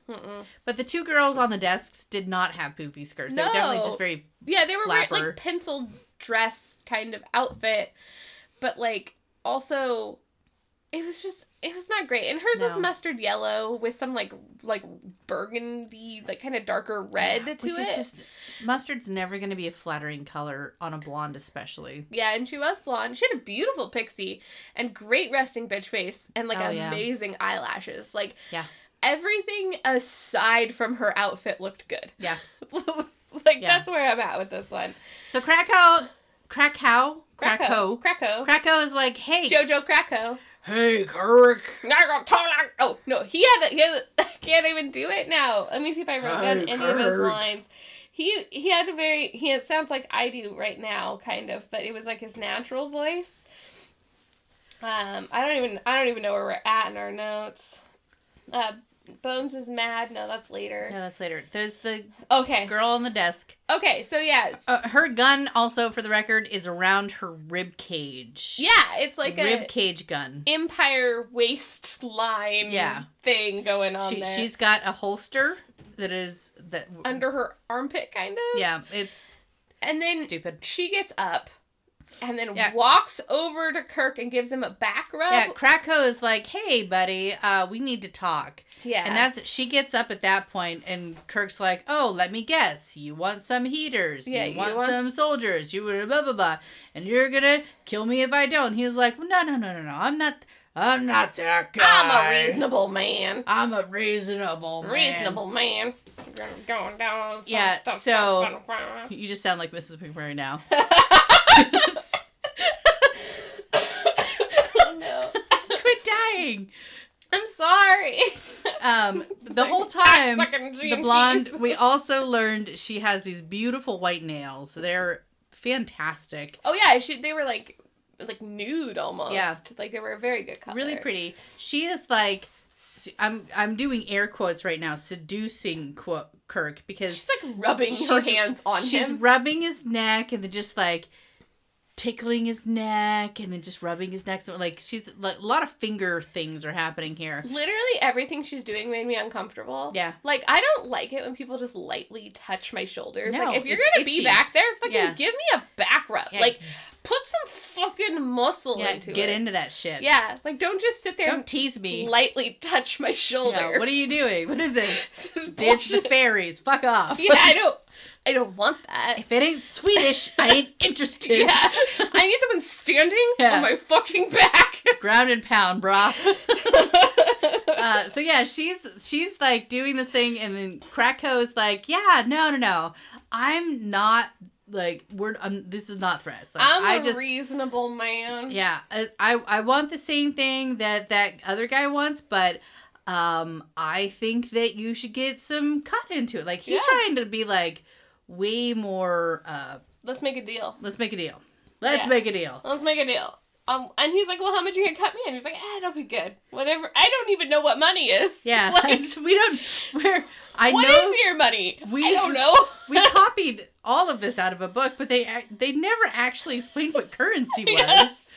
But the two girls on the desks did not have poofy skirts. They were definitely No. just very Yeah, they were wearing Flapper. like pencil dress kind of outfit, but like also, it was just it was not great. And hers was No. mustard yellow with some like like burgundy, like kind of darker red to which it. is just mustard's never going to be a flattering color on a blonde especially. Yeah, and she was blonde. She had a beautiful pixie and great resting bitch face and like Oh, yeah. amazing eyelashes. Like Yeah. everything aside from her outfit looked good. [LAUGHS] Yeah. like Yeah. that's where I'm at with this one. So Krakow Krakow Krakow Krakow. Krakow is like, "Hey, Jojo Krakow. hey Kirk. Oh no, he had. A, he had. A, [LAUGHS] I can't even do it now. Let me see if I wrote down Hey, any of his Kirk. lines. He he had a very. He it sounds like I do right now, kind of, but it was like his natural voice. Um, I don't even. I don't even know where we're at in our notes. Uh, Bones is mad. No, that's later. No, that's later. There's the Okay. girl on the desk. Okay. So yeah. s- Uh, her gun, also for the record, is around her rib cage. yeah, it's like rib a cage gun. empire waistline. Yeah. Thing going on Um, She, there. she's got a holster that is that under her armpit, kind of. Yeah, it's And then stupid. She gets up and then Yeah. walks over to Kirk and gives him a back rub. Yeah, Krakow is like, "Hey, buddy, uh, we need to talk." Yeah. And that's she gets up at that point, and Kirk's like, "Oh, let me guess. You want some heaters? Yeah, you, you want want- some soldiers? You blah blah blah, blah, and you're gonna kill me if I don't." He was like, "No, no, no, no, no. I'm not. I'm not that guy. I'm a reasonable man. I'm a reasonable Oh, man. Reasonable man. Going down. Yeah, so- You just sound like Mrs. [LAUGHS] McMurray now. [LAUGHS] no. Quit dying. [LAUGHS] I'm [LAUGHS] sorry. [LAUGHS] Um, the whole time, Um, the blonde. We also learned she has these beautiful white nails. They're fantastic. Oh yeah, she, they were like like nude almost. Yeah. Like they were a very good color. really pretty. She is like s- I'm I'm doing air quotes right now, seducing Qu- Kirk She's because like rubbing her She's- hands on she's him. rubbing his neck and then just like tickling his neck and then just rubbing his neck. So like she's like, a lot of finger things are happening here. Literally everything she's doing made me uncomfortable. Yeah. Like I don't like it when people just lightly touch my shoulders. No, like if you're it's gonna itchy. be back there, fucking Yeah. give me a back rub. Yeah. Like put some fucking muscle Yeah, into get it. into that shit. Yeah. Like don't just sit there don't tease me. and lightly touch my shoulder. Yeah, what are you doing? What is this? [LAUGHS] This is Ditch the bullshit. fairies. [LAUGHS] Fuck off. Yeah, [LAUGHS] I don't I don't want that. If it ain't Swedish, I ain't [LAUGHS] interested. Yeah. I need someone standing Yeah. on my fucking back. [LAUGHS] Ground and pound, brah. uh, so yeah, she's she's like doing this thing, and then Krakow's like, yeah, no, no, no, I'm not like we're um, this is not threats. Like, I'm I a just reasonable man. yeah, I, I I want the same thing that that other guy wants, but um, I think that you should get some cut into it. Like he's Yeah. trying to be like way more. Uh, Let's make a deal. let's make a deal. Let's Yeah. make [LAUGHS] a deal. let's make a deal. Um, and he's like, well, how much you gonna cut me? And he's like, ah, that'll be good. Whatever. I don't even know what money is. Yeah, [LAUGHS] Like, [LAUGHS] we don't. We're I what know is your money? We- I [LAUGHS] don't know. [LAUGHS] we copied all of this out of a book, but they ac- they never actually explained [LAUGHS] what currency was. Yes.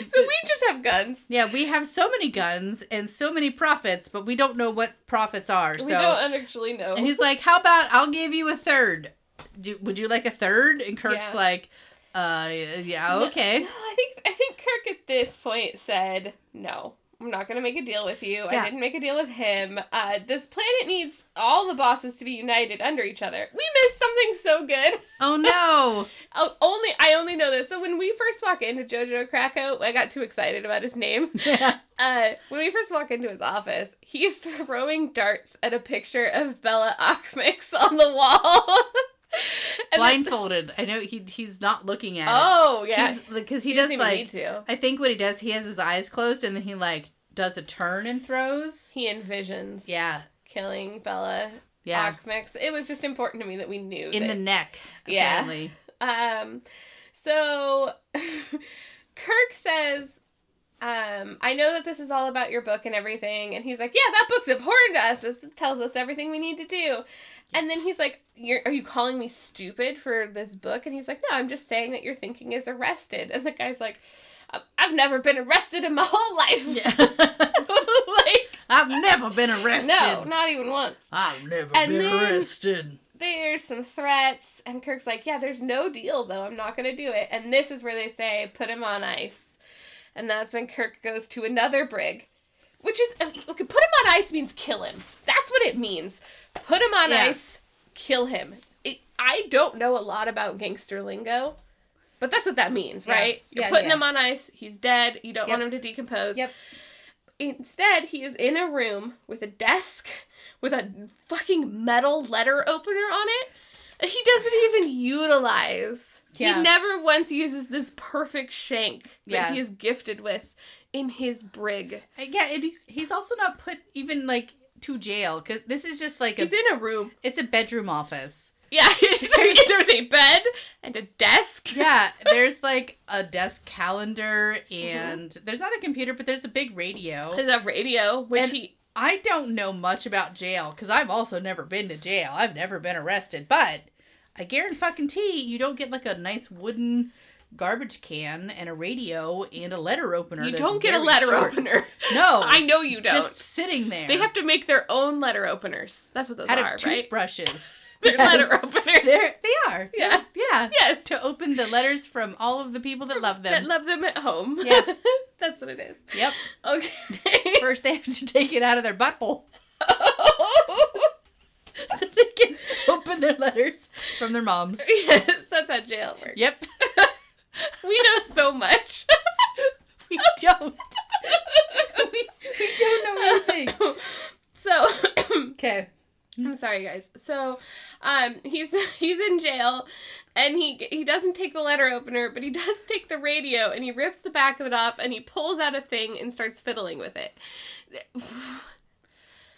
but we just have guns. Yeah, we have so many guns and so many profits, but we don't know what profits are. we So, don't actually know. and he's like, "How about I'll give you a third? Do, would you like a third? And Kirk's Yeah. like, "Uh, yeah, No- okay." No, I think I think Kirk at this point said, no, I'm not gonna make a deal with you. Yeah. I didn't make a deal with him. Uh, this planet needs all the bosses to be united under each other. We missed something so good. [LAUGHS] Oh no! Oh, only I only know this. So when we first walk into Jojo Krakow, I got too excited about his name. yeah, Uh, when we first walk into his office, he's [LAUGHS] throwing darts at a picture of Bella Akmix [LAUGHS] on the wall. [LAUGHS] And then- [LAUGHS] blindfolded. I know he he's not looking at it. oh yeah, He's- because he, He does doesn't even like. need to. I think what he does, he has his eyes closed, and then he like does a turn and throws. He envisions Yeah, killing Bella yeah. Achmix. It was just important to me that we knew in the that. neck. Yeah. [LAUGHS] Apparently. um, so [LAUGHS] Kirk says. Um, I know that this is all about your book and everything, and he's like, "Yeah, that book's important to us. This tells us everything we need to do." And then he's like, You're, "Are you calling me stupid for this book?" And he's like, "No, I'm just saying that your thinking is arrested." And the guy's like, "I- "I've never been arrested in my whole life." Yeah. [LAUGHS] like, [LAUGHS] I've never been arrested. No, not even once. I've never And been then- arrested. There's some threats, and Kirk's like, Yeah, there's no deal, though. I'm not going to do it. And this is where they say, Put him on ice. And that's when Kirk goes to another brig, which is, okay, put him on ice means kill him. That's what it means. Put him on Yeah. ice, kill him. It, I don't know a lot about gangster lingo, but that's what that means, Yeah. right? You're Yeah, putting yeah. him on ice, he's dead, you don't Yep. want him to decompose. Yep. Instead, he is in a room with a desk with a fucking metal letter opener on it. that He doesn't even utilize. Yeah. He never once uses this perfect shank that Yeah. he is gifted with in his brig. Uh, Yeah, and he's, he's also not put even like to jail because this is just like a He's in a room. it's a bedroom office. Yeah, [LAUGHS] it's- There's- there's a bed and a desk. [LAUGHS] Yeah, there's like a desk calendar and there's not a computer, but there's a big radio. There's a radio, which And- he I don't know much about jail because I've also never been to jail. I've never been arrested, but I guarantee you don't get like a nice wooden garbage can and a radio and a letter opener. you that's don't get a very letter short. opener. No, [LAUGHS] I know you don't. just sitting there. they have to make their own letter openers. That's what those out are, of right? [LAUGHS] toothbrushes. They're [LAUGHS] letter Yes. openers. They're, they are. Yeah. Yeah. [LAUGHS] Yes. To open the letters from all of the people that love them. that love them at home. Yeah. [LAUGHS] That's what it is. yep. Okay. [LAUGHS] First, they have to take it out of their butthole [LAUGHS] so they can [LAUGHS] open their letters from [LAUGHS] their moms. yes, that's how jail works. Yep. [LAUGHS] We know so much. [LAUGHS] We don't. we, we don't know [LAUGHS] anything. so [CLEARS THROAT] Okay. I'm sorry guys. So um he's he's in jail and he he doesn't take the letter opener, but he does take the radio and he rips the back of it off and he pulls out a thing and starts fiddling with it. [SIGHS]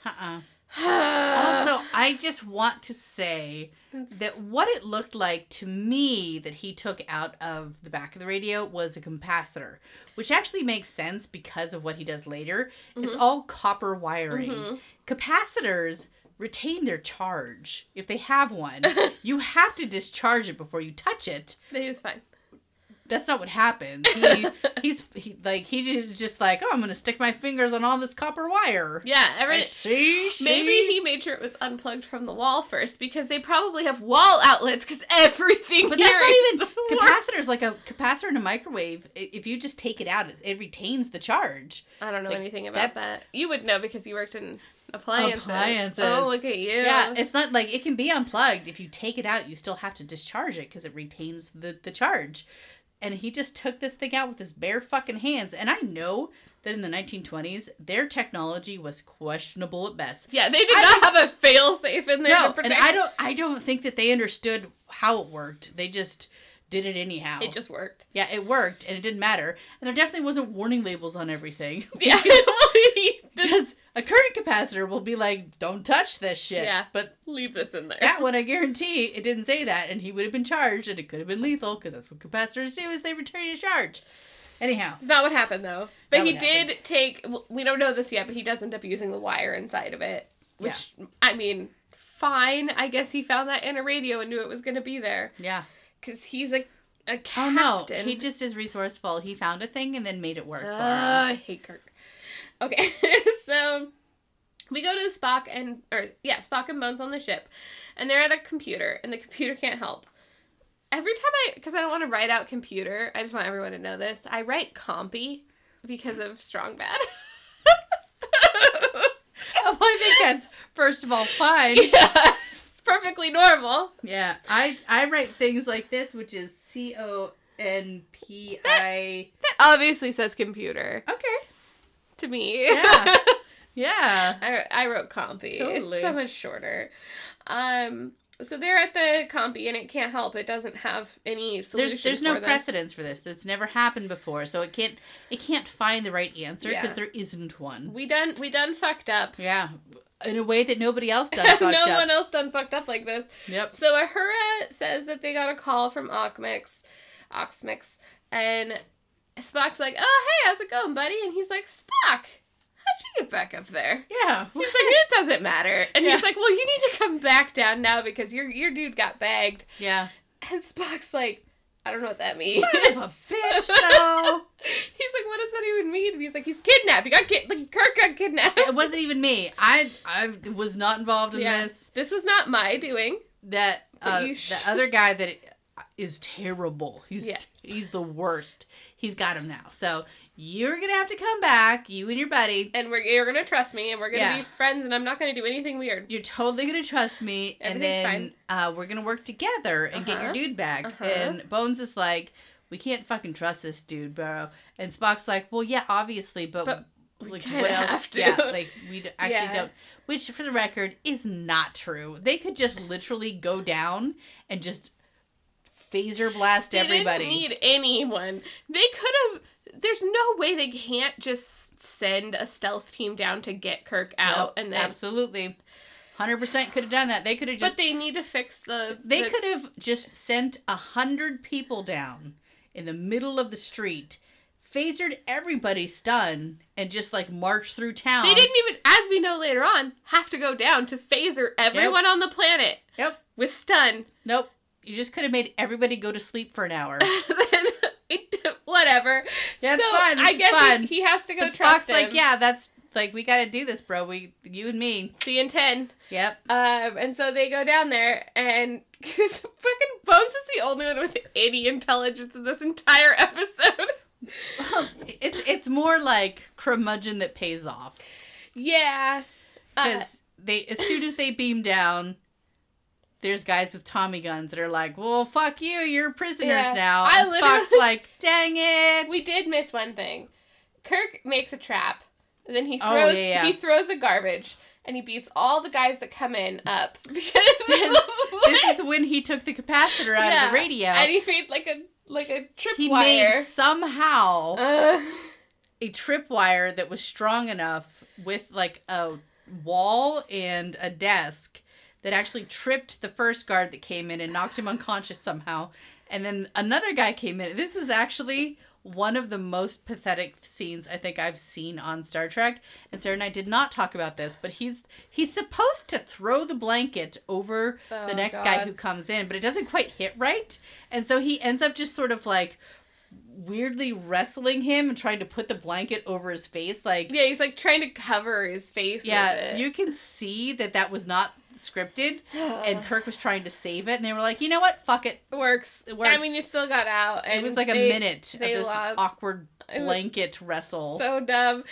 Uh-uh. Also, I just want to say that what it looked like to me that he took out of the back of the radio was a capacitor, which actually makes sense because of what he does later. It's all copper wiring. Mhm. Capacitors retain their charge if they have [LAUGHS] one. you have to discharge it before you touch it. he was fine. That's not what happens. [LAUGHS] He, he's he, like he just, just like, "Oh, I'm going to stick my fingers on all this copper wire." Yeah, every Like, see, see? Maybe he made sure it was unplugged from the wall first because they probably have wall outlets because everything. But here that's not is even the [LAUGHS] wall. capacitors. Like a capacitor in a microwave, i- if you just take it out, it, it retains the charge. I don't know like, anything about that's- that. You would know because you worked in appliances. Appliances. Oh, look at you. Yeah, it's not like it can be unplugged. If you take it out, you still have to discharge it because it retains the the charge. And he just took this thing out with his bare fucking hands. And I know that in the 1920s, their technology was questionable at best. yeah, they did I not have a fail safe in there. No, to and protect. I don't. I don't think that they understood how it worked. They just did it anyhow. It just [LAUGHS] worked. yeah, it worked, and it didn't matter. And there definitely wasn't warning labels on everything. [LAUGHS] Yeah. [LAUGHS] Because a current capacitor will be like, don't touch this shit. Yeah. But Leave this in there. that one, I guarantee, it didn't say that, and he would have been charged, and it could have been lethal, because that's what capacitors do, is they return you to charge. Anyhow. It's not what happened though. But Not he what did happened. take. w- We don't know this yet, but he does end up using the wire inside of it, which I mean, fine. I guess he found that in a radio and knew it was going to be there Yeah. because he's a a Oh, captain. no. He just is resourceful. He found a thing and then made it work. for Ugh, him. [LAUGHS] I hate Kirk. Okay, [LAUGHS] so we go to Spock and or yeah, Spock and Bones on the ship, and they're at a computer, and the computer can't help. Every time I, because I don't want to write out computer, I just want everyone to know this. I write compy because of Strong Bad. [LAUGHS] Oh, I think that's, first of all, [LAUGHS] fine. yeah, it's perfectly normal. yeah. I, I write things like this, which is C O N P I. [LAUGHS] That obviously says computer Okay. to me. Yeah. Yeah. I, I wrote compy. Totally. It's so much shorter. Um, so they're at the compy, and it can't help. It doesn't have any solution. there's there's no for them. precedence for this. That's never happened before, so it can't it can't find the right answer because Yeah. there isn't one. We done we done fucked up. Yeah, in a way that nobody else does. Has fucked [LAUGHS] no up. one else done fucked up like this? Yep. So Ahura says that they got a call from Oxmix, Oxmix, and Spock's like, "Oh hey, how's it going, buddy?" And he's like, "Spock, how'd you get back up there?" Yeah. [LAUGHS] He's like, "It doesn't matter." And Yeah. he's like, "Well, you need to come back down now because your your dude got bagged." [LAUGHS] yeah. [LAUGHS] And Spock's like, I don't know what that means. [LAUGHS] Son of a bitch, though. He's like, what does that even mean? And he's like, he's kidnapped. He got kid. Like Kirk got kidnapped. It wasn't even me. I I was not involved in Yeah. this. This was not my doing. That uh, you the sh- other guy that is terrible. He's Yeah. he's the worst. He's got him now. So you're gonna have to come back, you and your buddy. And we're you're gonna trust me, and we're gonna Yeah. be friends, and I'm not gonna do anything weird. You're totally gonna trust me, and then Everything's uh, we're gonna work together and get your Uh-huh. dude back. Uh-huh. And Bones is like, we can't fucking trust this dude, bro. And Spock's like, well, yeah, obviously, but. But we like kinda what else? have to. Yeah, like we d- actually Yeah. don't. Which, for the record, is not true. They could just literally go down and just phaser blast everybody. They didn't need anyone. They could have. There's no way they can't just send a stealth team down to get Kirk out, Nope, and then. absolutely, hundred percent could have done that. They could have just But they need to fix the. They the- could have just sent a hundred people down in the middle of the street, phasered everybody stun, and just like marched through town. They didn't even, as we know later on, have to go down to phaser everyone on the planet Nope. with stun. Nope. You just could have made everybody go to sleep for [LAUGHS] an hour. then it, whatever. Yeah, it's fine, I it's guess fine. He, he has to go But trust Spock's like, him. yeah, that's like we got to do this, bro. We, you and me. See you in ten. Yep. [LAUGHS] Um, and so they go down there, and [LAUGHS] 'cause fucking Bones is the only one with any intelligence in this entire episode. [LAUGHS] it's it's more like curmudgeon that pays off yeah. [LAUGHS] Uh, because they as soon as they beam down. There's guys with Tommy guns that are like, "Well, fuck you, you're prisoners Yeah. now." I And Spock's literally- [LAUGHS] like, "Dang it!" we did miss one thing. Kirk makes a trap, and then he Oh, throws yeah, yeah. he throws a garbage, and he beats all the guys that come in up [LAUGHS] because this, this is when he took the capacitor out of Yeah. the radio. and he made like a like a trip he wire. made somehow Uh, a tripwire that was strong enough with like a wall and a desk that actually tripped the first guard that came in and knocked him unconscious somehow. And then another guy came in. This is actually one of the most pathetic scenes I think I've seen on Star Trek. And Sarah and I did not talk about this, but he's he's supposed to throw the blanket over the Oh, next guy God. who comes in, but it doesn't quite hit right. And so he ends up just sort of like weirdly wrestling him and trying to put the blanket over his face. Like, yeah, he's like trying to cover his face. [SIGHS] yeah, with it. you can see that that was not scripted, [SIGHS] and Kirk was trying to save it, and they were like, you know what, fuck it. It works. It works. I mean, you still got out. And It was like a they- minute of they this lost- awkward was blanket wrestle. So dumb.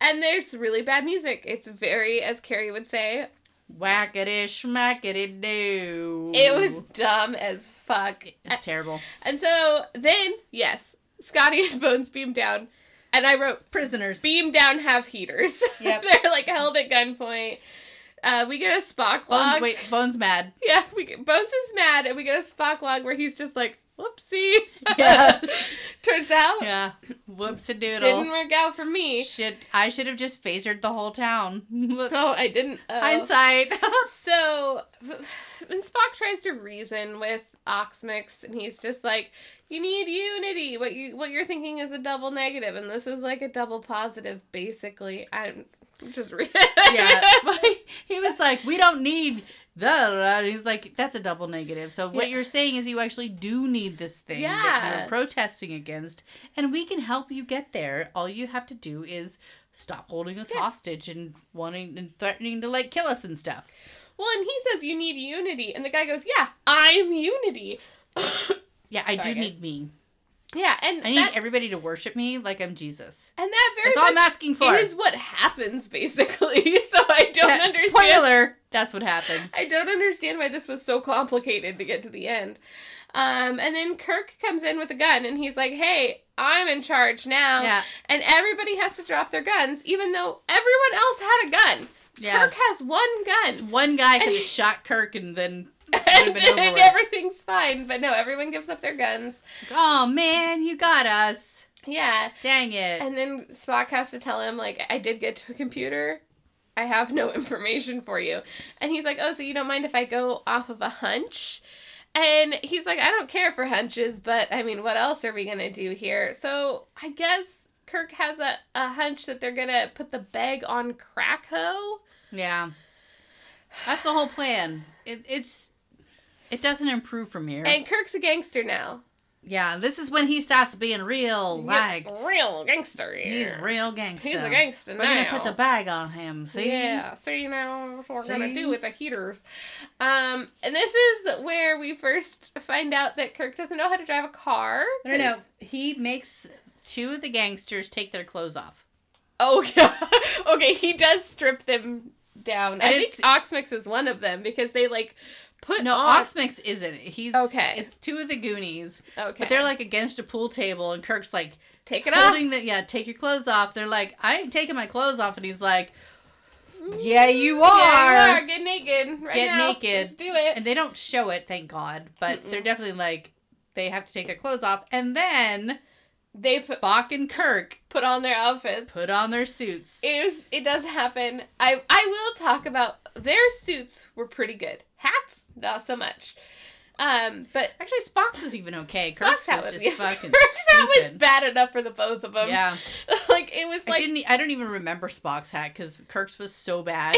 And there's really bad music. It's very, as Carrie would say, Whackity schmackity do. it was dumb as fuck. It's terrible. And so then, yes, Scotty and Bones beam down. And I wrote, Prisoners. beam down, have heaters. [LAUGHS] Yep. They're like held at gunpoint. Uh, we get a Spock Bones, log. Oh, wait, Bones mad. [LAUGHS] Yeah, we get, Bones is mad, and we get a Spock log where he's just like, whoopsie. Yeah. [LAUGHS] Turns out, Yeah. Whoops a didn't doodle. work out for me. Shit, I should have just phasered the whole town. [LAUGHS] Oh, I didn't. Oh. Hindsight. So, when Spock tries to reason with Oxmix, and he's just like, "You need unity. What you what you're thinking is a double negative, and this is like a double positive, basically." I'm just re- yeah. he was [LAUGHS] like, we don't need the. And he's like, that's a double negative. So what Yeah. you're saying is you actually do need this thing that Yeah. you're protesting against, and we can help you get there. All you have to do is stop holding us Yeah. hostage and wanting and threatening to like kill us and stuff. [LAUGHS] Well, and he says, "You need unity," and the guy goes, "Yeah, I'm unity." Yeah, I Sorry, do guys. need me. Yeah, and I need that, everybody to worship me like I'm Jesus. and that very That's all I'm much asking for. is what happens, basically. [LAUGHS] so I don't Yeah, understand. Spoiler. That's what happens. I don't understand why this was so complicated to get to the end. Um, and then Kirk comes in with a gun and he's like, hey, I'm in charge now. yeah. And everybody has to drop their guns, even though everyone else had a gun. Yeah. Kirk has one Just gun. one guy could And- [LAUGHS] have shot Kirk and then And, been over then with. everything's fine. But no, everyone gives up their guns. Oh man, you got us. Yeah. Dang it. And then Spock has to tell him, like, I did get to a computer. I have no [LAUGHS] information for you. And he's like, Oh, so you don't mind if I go off of a hunch? And he's like, I don't care for hunches, but I mean, what else are we going to do here? So I guess Kirk has a, a hunch that they're going to put the bag on crack hoe. yeah. That's the whole plan. It, it's it doesn't improve from here. And Kirk's a gangster now. Yeah, this is when he starts being real, like He's real gangster. here. he's real gangster. He's a gangster We're now. gonna put the bag on him. See? Yeah, see now what we're gonna See? do with the heaters. Um, and this is where we first find out that Kirk doesn't know how to drive a car. No, no, no. He makes two of the gangsters take their [LAUGHS] clothes off. [LAUGHS] Oh yeah. okay, he does strip them down. I And think it's- Oxmix is one of them because they like put No, on... Oxmix isn't. He's Okay. It's two of the Goonies, Okay, but they're like against a pool table, and Kirk's like take it off. holding the yeah, take your clothes off. They're like, I ain't taking my clothes off, and he's like, Yeah, you are. Yeah, you are. Get naked right Get now. naked. Let's do it. And they don't show it, thank God, but Mm-mm. they're definitely like they have to take their clothes off, and then They put, Spock and Kirk put on their outfits. put on their suits. It is. It does happen. I I will talk about their suits were pretty good. Hats, not so much. Um, but Actually, Spock's was even okay. Kirk's Kirk's hat was was yes, just fucking [LAUGHS] Kirk's hat was stupid. bad enough for the both of them. Yeah, [LAUGHS] like it was I like didn't. e, I don't even remember Spock's hat because Kirk's was so bad.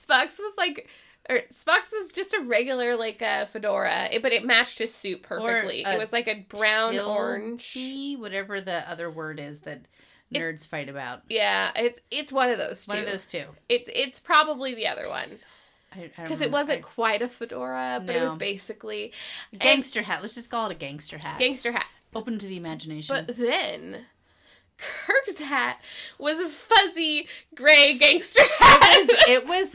Spock's was like. Or Spock's was just a regular like uh, fedora, it, but it matched his suit perfectly. a It was like a [LAUGHS] brown Till orange. he- whatever the other word is that It's- nerds fight about. Yeah, it's it's one of those two. One of those two. It, it's probably the other one because it wasn't quite a fedora, but it was No. basically a gangster hat. Let's just call it a gangster hat. gangster hat. Open to the imagination. But then Kirk's hat was a fuzzy gray [LAUGHS] gangster hat. [LAUGHS] it was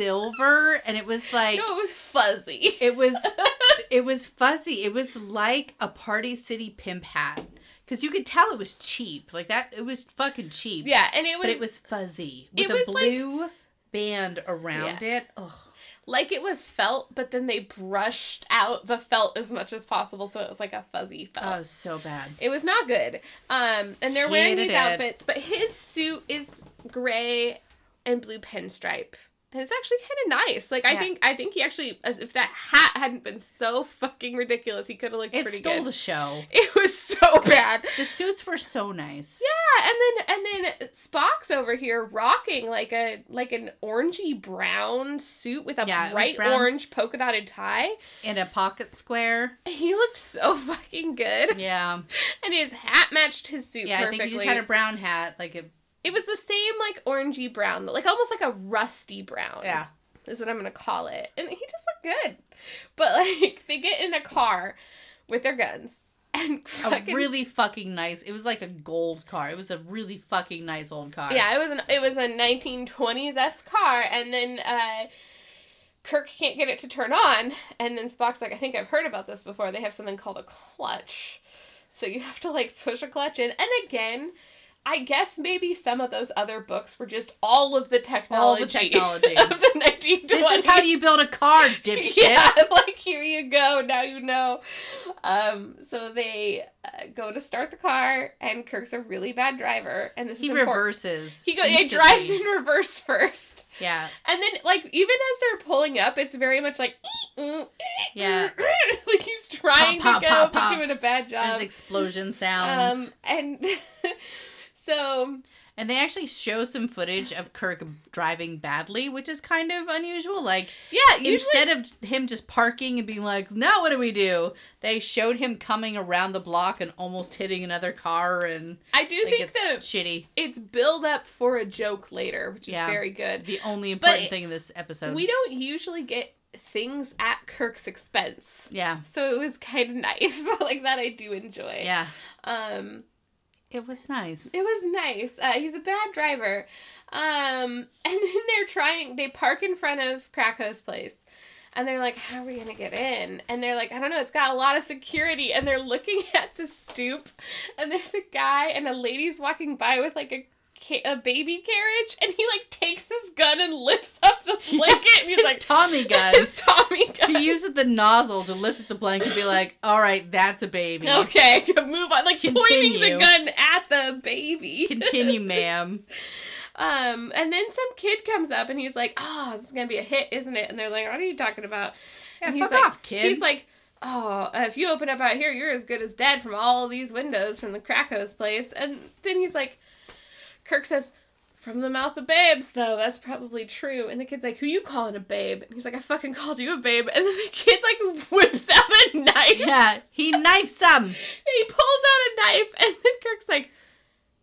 silver, and it was like no, it was fuzzy. [LAUGHS] it was it was fuzzy. It was like a Party City pimp hat because you could tell it was cheap. Like that, it was fucking cheap. Yeah, and it was, but it was fuzzy it with was a like- blue band around it. Ugh. like it was felt, but then they brushed out the felt as much as possible, so it was like a fuzzy felt. Oh, so bad. It was not good. Um, and they're wearing Hated these it. outfits, but his suit is gray and blue pinstripe. And it's actually kind of nice. Like I Yeah. think, I think he actually, as if that hat hadn't been so fucking ridiculous, he could have looked It pretty stole good. the show. [LAUGHS] It was so bad. The suits were so nice. Yeah, and then and then Spock's over here rocking like a like an orangey brown suit with a Yeah, it was bright brown. orange polka dotted tie. In a pocket square. He looked so [LAUGHS] fucking good, [LAUGHS] Yeah. and his hat matched his suit Yeah, I perfectly. think he just had a brown hat. Like a It was the same like orangey brown, like almost like a rusty brown. yeah. is what I'm gonna call it. And he just looked good, but [LAUGHS] like they get in a car with their guns and A fucking really fucking nice. It was like a gold car. It was a really fucking nice old car. Yeah, it was an it was a 1920s s car, and then uh, Kirk can't get it to turn on, and then Spock's like, I think I've heard about this before. They have something called a clutch, so you have to like push a clutch in, and again. I guess maybe some of those other books were just all of the All technology, the [LAUGHS] technology. of the 1920s. this is [LAUGHS] how you build a car, dipshit. Yeah, [LAUGHS] like here you go. Now you know. Um, so they uh, go to start the car, and Kirk's a really bad driver, and this He is important. reverses. He goes. He instantly. drives in reverse [LAUGHS] first, Yeah. and then like even as they're pulling up, it's very much like "Mm, mm, Yeah. mm, mm," [LAUGHS] like he's trying to Pop, pop, go, pop, but pop. doing a bad There's job. explosion sounds. Um, and [LAUGHS] so and they actually show some footage of Kirk driving badly, which is kind of unusual. Like yeah, usually instead of him just parking and being like, "Now what do we do?" They showed him coming around the block and almost hitting another car, and I do like, think it's that shitty. it's build up for a joke later, which is Yeah. very good. The only But important it- thing in this episode. We don't usually get things at Kirk's expense. yeah, So it was kind of [LAUGHS] nice. like that I do enjoy. yeah, Um it was nice. it was nice. Uh, he's a bad driver. Um [LAUGHS] and then they're trying they park in front of Krakow's place. And they're like, how are we gonna get in? And they're like, I don't know, it's got a lot of security. And they're looking [LAUGHS] at the stoop, and there's a guy and a lady's walking by with like a ca- a baby carriage, and he like takes his gun and lifts up the blanket, and he's It's [LAUGHS] like, [LAUGHS] Tommy gun. "It's Tommy gun." he uses the nozzle to lift the blanket and be like, "All right, that's a [LAUGHS] baby. Okay, move on. Like pointing the Continue. gun at the baby. Continue, [LAUGHS] ma'am." Um, and then some kid comes up and he's like, "Oh, this is gonna be a hit, isn't it?" And they're like, "What are you talking about?" Yeah, and fuck like, off, kid. He's like, "Oh, if you open up out here, you're as good as dead from all these windows from the Krakow's place." And then he's like, Kirk says, From the mouth of babes, though, that's probably true. And the kid's like, Who you calling a babe? And he's like, I fucking called you a babe. And then the kid, like, [LAUGHS] whips out a knife. [LAUGHS] Yeah, he knifes him. he pulls out a knife, and then Kirk's like,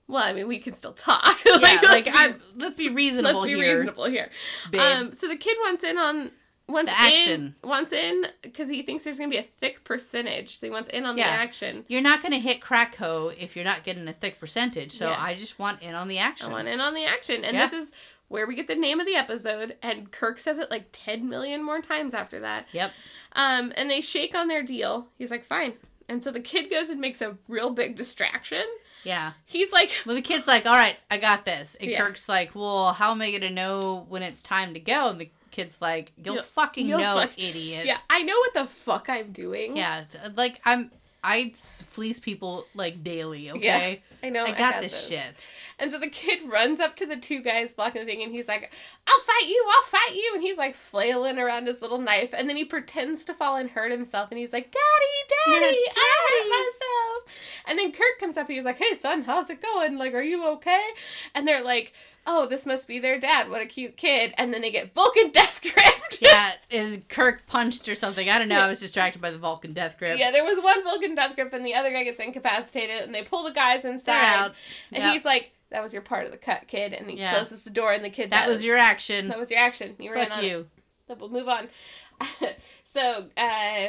"Well, I mean, we can still talk. [LAUGHS] [LAUGHS] like, yeah, let's like be, I'm, let's be reasonable let's be here. reasonable here." babe. Um, so the kid wants in on wants The action. in wants in because he thinks there's gonna be a thick percentage, so he wants in on Yeah. the action. you're not going to hit crack hoe if you're not getting a thick percentage. So Yeah. I just want in on the action. I want in on the action, and Yeah. this is where we get the name of the episode. And Kirk says it like ten million more times after that. Yep. Um, and they shake on their deal. He's like, "Fine." And so the kid goes and makes a real big distraction. Yeah. He's like, Well, the kid's like, all right, I got this. And Yeah. Kirk's like, well, how am I going to know when it's time to go? And the kid's like, you'll, You'll- fucking you'll know, fuck- idiot. "Yeah, I know what the fuck I'm doing." Yeah. it's- Like, I'm, I s- fleece people like daily, okay? Oh, I know. I, got this, shit. And so the kid [LAUGHS] runs up to the two guys blocking the thing and he's like, I'll fight you, I'll fight you. And he's like flailing around his little knife. And then he pretends to fall and hurt himself. And he's like, Daddy, Daddy, Yeah, I hurt myself. And then Kirk comes up and he's like, Hey, son, how's it going? Like, are you okay? And they're like, Oh, this must be their dad. What a cute kid. And then they get Vulcan [LAUGHS] death gripped. Yeah. And Kirk punched or something. I don't know. I was distracted by the Vulcan death grip. Yeah, there was one Vulcan death grip and the other guy gets incapacitated and they pull the guys They're inside. out. And Yep. he's like, That was your part of the cut, kid. And he Yeah. closes the door and the kid that does. was your [LAUGHS] action. That was your action. You ran Fuck on you. it. We'll move on. [LAUGHS] so, uh,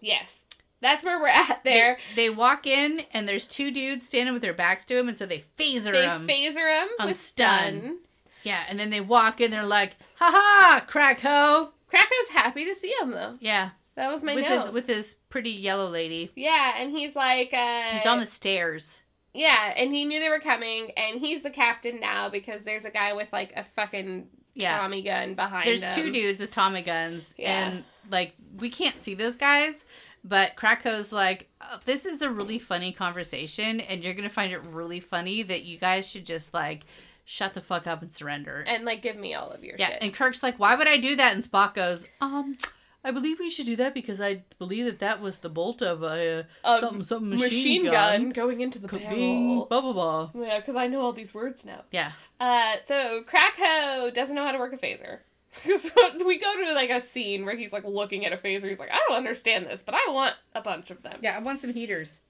yes, that's where we're at. There, They walk in and there's two dudes standing with their backs to him, and so they phaser they him. phaser him I'm with stunned. stun. yeah, and then they walk in. They're like, "Ha ha, crack hoe!" Krakow's happy to see him though. Yeah, That was my with note. his with his pretty yellow lady. yeah, and he's like, uh, He's on the stairs. yeah, and he knew they were coming, and he's the captain now because there's a guy with like a fucking Yeah, Tommy gun behind. there's him. two dudes with Tommy guns, Yeah. and like we can't see those guys. But crack hoe's like, "Oh, this is a really funny conversation, and you're gonna find it really funny that you guys should just like shut the fuck up and surrender. and like, give me all of your Yeah, shit. and Kirk's like, "Why would I do that?" And Spock goes, "Um, I believe we should do that because I believe that that was the bolt of a A something something machine, machine, gun. gun. going into the Ka-bing, barrel. blah blah blah." Yeah, because I know all these words now. Yeah, Uh, so Krakow doesn't know how to work a phaser. [LAUGHS] so we go to like a scene where he's like looking at a phaser. He's like, I don't understand this, but I want a bunch of them. yeah, I want some heaters.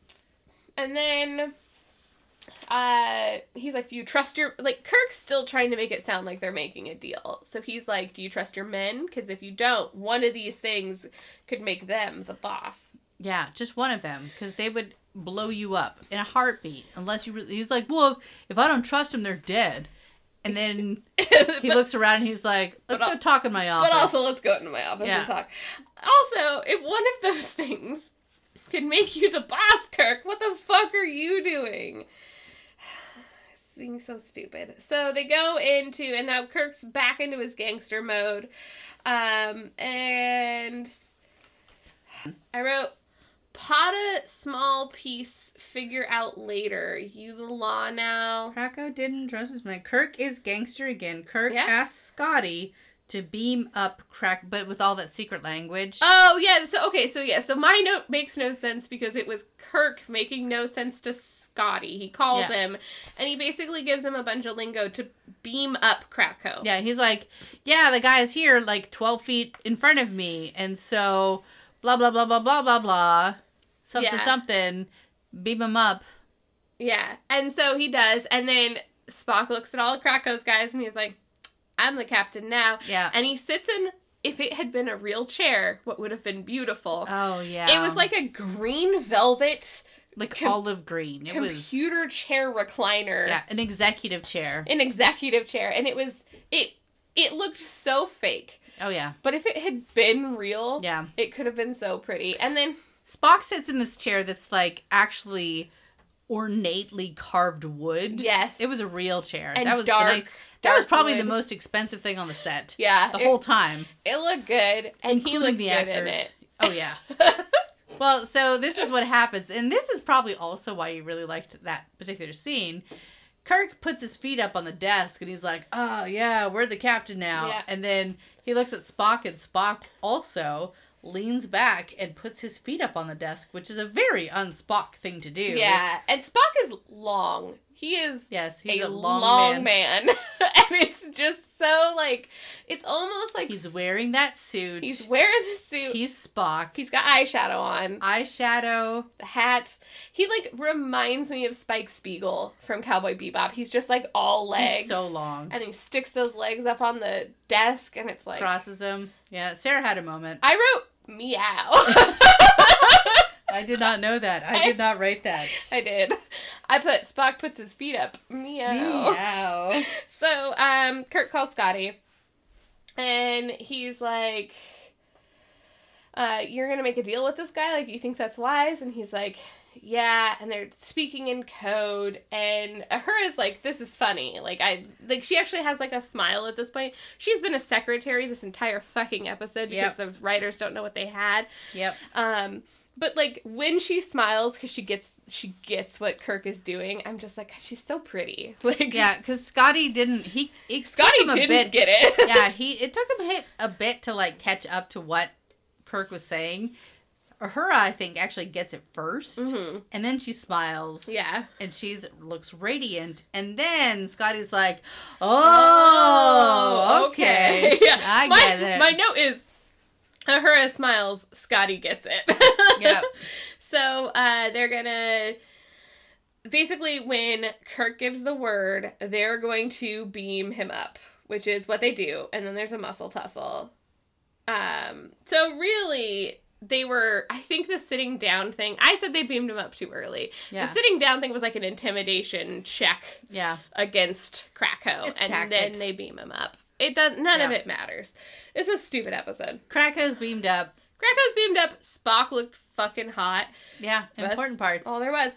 And then, uh, he's like, Do you trust your like? Kirk's still trying to make it sound like they're making a deal. So he's like, Do you trust your men? Because if you don't, one of these things could make them the boss. [LAUGHS] Yeah, just one of them because they would blow you up in a heartbeat unless you. Really, he's like, "Well, if I don't trust them, they're dead." [LAUGHS] And then he But- looks around and he's like, "Let's al- go talk in my office." But also, let's go into my office Yeah. and talk. Also, if one of those [LAUGHS] things could make you the boss, Kirk, what the fuck are you doing? [SIGHS] It's being so stupid. So they go into, and now Kirk's back into his gangster mode. Um, and I wrote, pot a small piece, figure out later. You the law now. Krakow didn't trust his man. Kirk is gangster again. Kirk Yeah. asks Scotty to beam up Crack, but with all that secret language. Oh yeah, so okay, so yeah, so my note makes no sense because it was Kirk making no sense to Scotty. He calls Yeah. him and he basically gives him a bunch of lingo to beam up Krakow. Yeah, he's like, yeah, the guy's here, like twelve feet in front of me, and so blah blah blah blah blah blah blah, something Yeah. something, beam him up. Yeah. And so he does, and then Spock looks at all of Krakow's guys and he's like, I'm the captain now. Yeah. And he sits in if it had been a real chair, what would have been beautiful. Oh yeah. It was like a green velvet like com- olive green. It was computer chair recliner. yeah, an executive chair. an executive chair and it was it it looked so fake Oh yeah, but if it had been real yeah. it could have been so pretty and then Spock sits in this chair that's like actually ornately carved wood. yes It was a real chair. And that was the dark- nice. That was dark probably wood. the most expensive thing on the set. yeah The it- whole time, it, looked good and he including looked the good actors. in it [LAUGHS] Oh yeah. well, so this is what happens, and this is probably also why you really liked that particular scene. Kirk puts his feet up on the desk and he's like, "Oh yeah, we're the captain now." Yeah. And then he looks at Spock, and Spock also leans back and puts his feet up on the desk, which is a very un-Spock thing to do. yeah and spock is long He is Yes, he's a, a, long, man. man, [LAUGHS] and it's just so like it's almost like He's wearing that suit. he's wearing the suit. He's Spock. he's got eyeshadow on, eyeshadow. the hat. He like reminds me of Spike Spiegel from Cowboy Bebop. He's just like all legs. He's so long. And he sticks those legs up on the desk and it's like Crosses him. Yeah, Sarah had a moment. I wrote meow. [LAUGHS] I did not know that. I did not [LAUGHS] write that. I did. I put Spock puts his feet up. Meow. Meow. So, um, Kirk calls Scotty, and he's like, uh, "You're gonna make a deal with this guy? Like, you think that's wise?" And he's like, "Yeah." And they're speaking in code, and her is like, "This is funny." Like, I like she actually has like a smile at this point. She's been a secretary this entire fucking episode because Yep. the writers don't know what they had. [LAUGHS] Yep. Um, but like when she smiles because she gets she gets what Kirk is doing, I'm just like, "God, she's so pretty. Like, Yeah, because Scotty didn't. He it took Scotty him a didn't bit- get it. [LAUGHS] yeah, he it took him hit a bit to like catch up to what Kirk was saying. Her, I think, actually gets it 1st Mhm. and then she smiles, Yeah. and she's looks radiant, and then Scotty's like, "Oh, okay, [LAUGHS] Yeah. I my, get it." My note is Ahura smiles, Scotty gets it. [LAUGHS] Yep. So uh, they're gonna basically when Kirk gives the word, they're going to beam him up, which is what they do, and then there's a muscle tussle. Um, so really they were I think the sitting down thing I said they beamed him up too early. yeah, The sitting down thing was like an intimidation check yeah, against Krakow, It's and tactic. then they beam him up. It does none of Yeah. it matters. It's a stupid episode. Krakow's beamed up. Krakow's beamed up. Spock looked fucking hot. Yeah, That's important parts. All there was.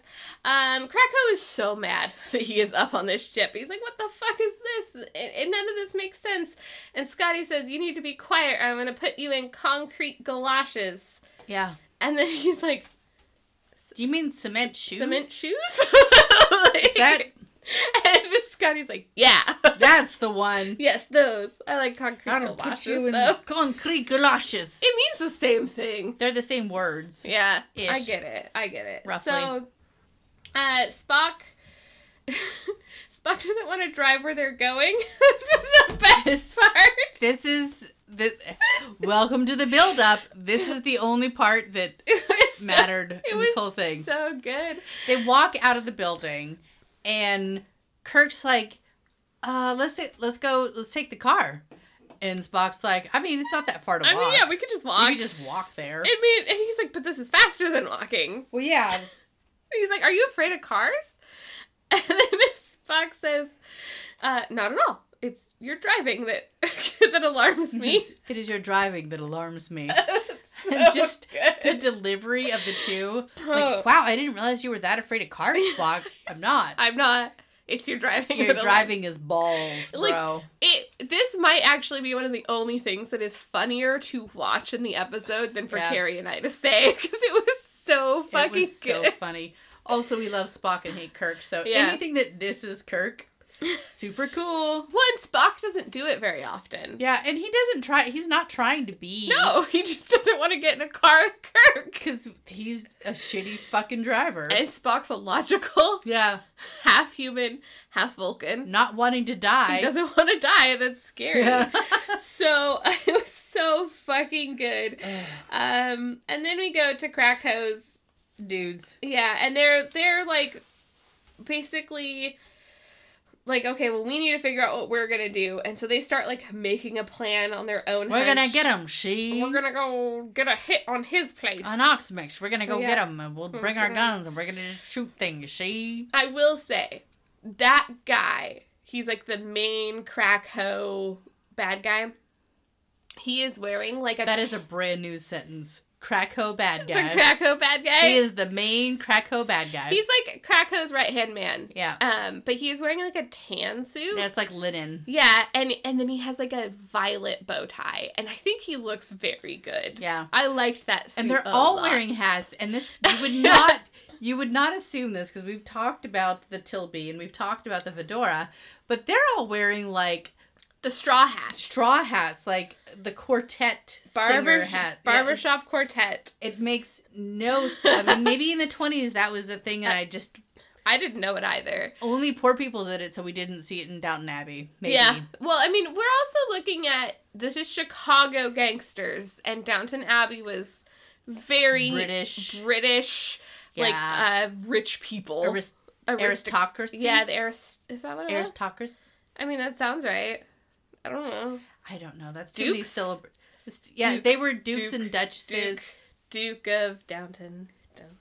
Um, Krakow is so mad [LAUGHS] that he is up on this ship. He's like, "What the fuck is this? And, and none of this makes sense." And Scotty says, "You need to be quiet. or I'm gonna put you in concrete galoshes." Yeah. And then [LAUGHS] he's like, Do you mean cement shoes? "Cement shoes?" [LAUGHS] Is that And Scotty's like, "Yeah, [LAUGHS] that's the one. yes, those. I like concrete I don't put galoshes you in though." concrete galoshes. It means the same thing. They're the [LAUGHS] same words. Yeah. I Ish. get it. I get it. Roughly. So uh Spock [LAUGHS] Spock doesn't want to drive where they're going. [LAUGHS] this is the best part. [LAUGHS] This is the welcome to the build up. This is the only part that [LAUGHS] It was so- mattered it in was this whole thing. so good. They walk out of the building and Kirk's like, uh, let's sit, let's go let's take the car. And Spock's like, I mean, it's not that far to I walk. mean, yeah, we could just you walk. could just walk there. I mean, and he's like, but this is faster than walking. well, yeah. He's like, are you afraid of cars? [LAUGHS] And then [LAUGHS] Spock says, uh, not at all. It's your driving that [LAUGHS] that alarms me. It is your driving that alarms [LAUGHS] me. [LAUGHS] So just the good. delivery of the two. Oh. Like, wow, I didn't realize you were that afraid [LAUGHS] of cars, Spock. I'm not. I'm not. It's your driving. Your that alarms driving is balls, bro. [LAUGHS] Like, It this might actually be one of the only things that is funnier to watch in the episode than for Yeah. Carrie and I to say [LAUGHS] because it was so it fucking was so good. funny. Also, we love Spock and hate Kirk, so Yeah. anything that this [LAUGHS] is Kirk, super cool. One Spock doesn't do it very often. Yeah, and he doesn't try. He's not trying to be No, [LAUGHS] he just doesn't want to get in a car with Kirk. because he's a shitty fucking driver. And Spock's a logical, [LAUGHS] yeah, half human, half Vulcan. not wanting to die. He doesn't want to die, and that's scary. Yeah. [LAUGHS] so [LAUGHS] it was so fucking good. Um, and then we go to Krakow's [SIGHS] Dudes. Yeah, and they're they're like basically like okay, well we need to figure out what we're gonna do, and so they start like making a plan on their own. We're gonna hunch. get him. She. We're gonna go get a hit on his place. an ox mix. We're gonna go Yeah. get 'em get them, and we'll bring our gonna- guns, and we're gonna just shoot things. She. I will say that guy. He's like the main crack hoe bad guy. He is wearing like a That is a brand new sentence. Krakow bad [LAUGHS] the guy. crack hoe bad guy. he is the main Krakow bad guy. He's like crack hoe's right hand man. yeah. Um, but he is wearing like a tan suit. Yeah, it's like linen. Yeah, and and then he has like a violet bow tie, and I think he looks very good. Yeah. I liked that. Suit And they're a all lot. wearing hats, and this [LAUGHS] you would not you would not assume this because we've talked about the tilby and we've talked about the fedora, but they're all wearing like the straw hat, straw hats, like the quartet barber singer hat, Yeah, barbershop it's- quartet. it makes no sense. I mean, maybe in the twenties that was a thing, and I just I didn't know it either. Only poor people did it, so we didn't see it in Downton Abbey. Maybe. Yeah. Well, I mean, we're also looking at this is Chicago gangsters, and Downton Abbey was very British. British, like Yeah. uh, rich people, Arist- Aristoc- aristocracy. Yeah, the arist. Is that what it was? aristocracy. I mean, that sounds right. I don't know. I don't know. That's too many Dukes? syllables. Yeah, Duke- they were dukes Duke- and duchesses. Duke, Duke of Downton. Down-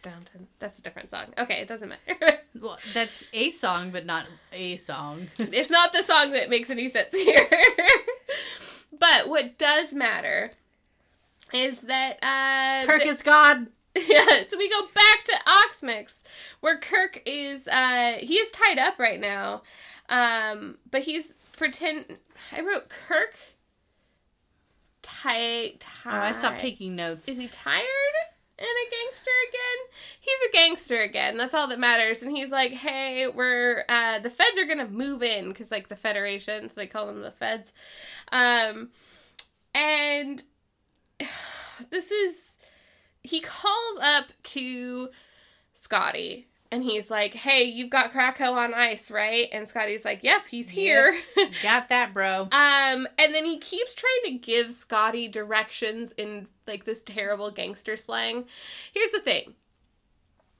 Downton. That's a different song. Okay, it doesn't matter. [LAUGHS] Well, that's a song, but not a song. it's not the song that makes any sense here. [LAUGHS] but what does matter is that uh [LAUGHS] Kirk is God. [LAUGHS] yeah, so we go back to Oxmix, where Kirk is uh he is tied up right now. Um but he's pretend I wrote Kirk tied Oh, I stopped [LAUGHS] taking notes. is he tired and a gangster again? He's a gangster again. That's all that matters. And he's like, hey, we're uh, the feds are gonna move in because like the Federation, so they call them the feds. Um, and [SIGHS] this is he calls up to Scotty. And he's like, "Hey, you've got Krakow on ice, right?" And Scotty's like, "Yep, he's here." Got that, bro. Um, and then he keeps trying to give Scotty directions in like this terrible gangster slang. Here's the thing.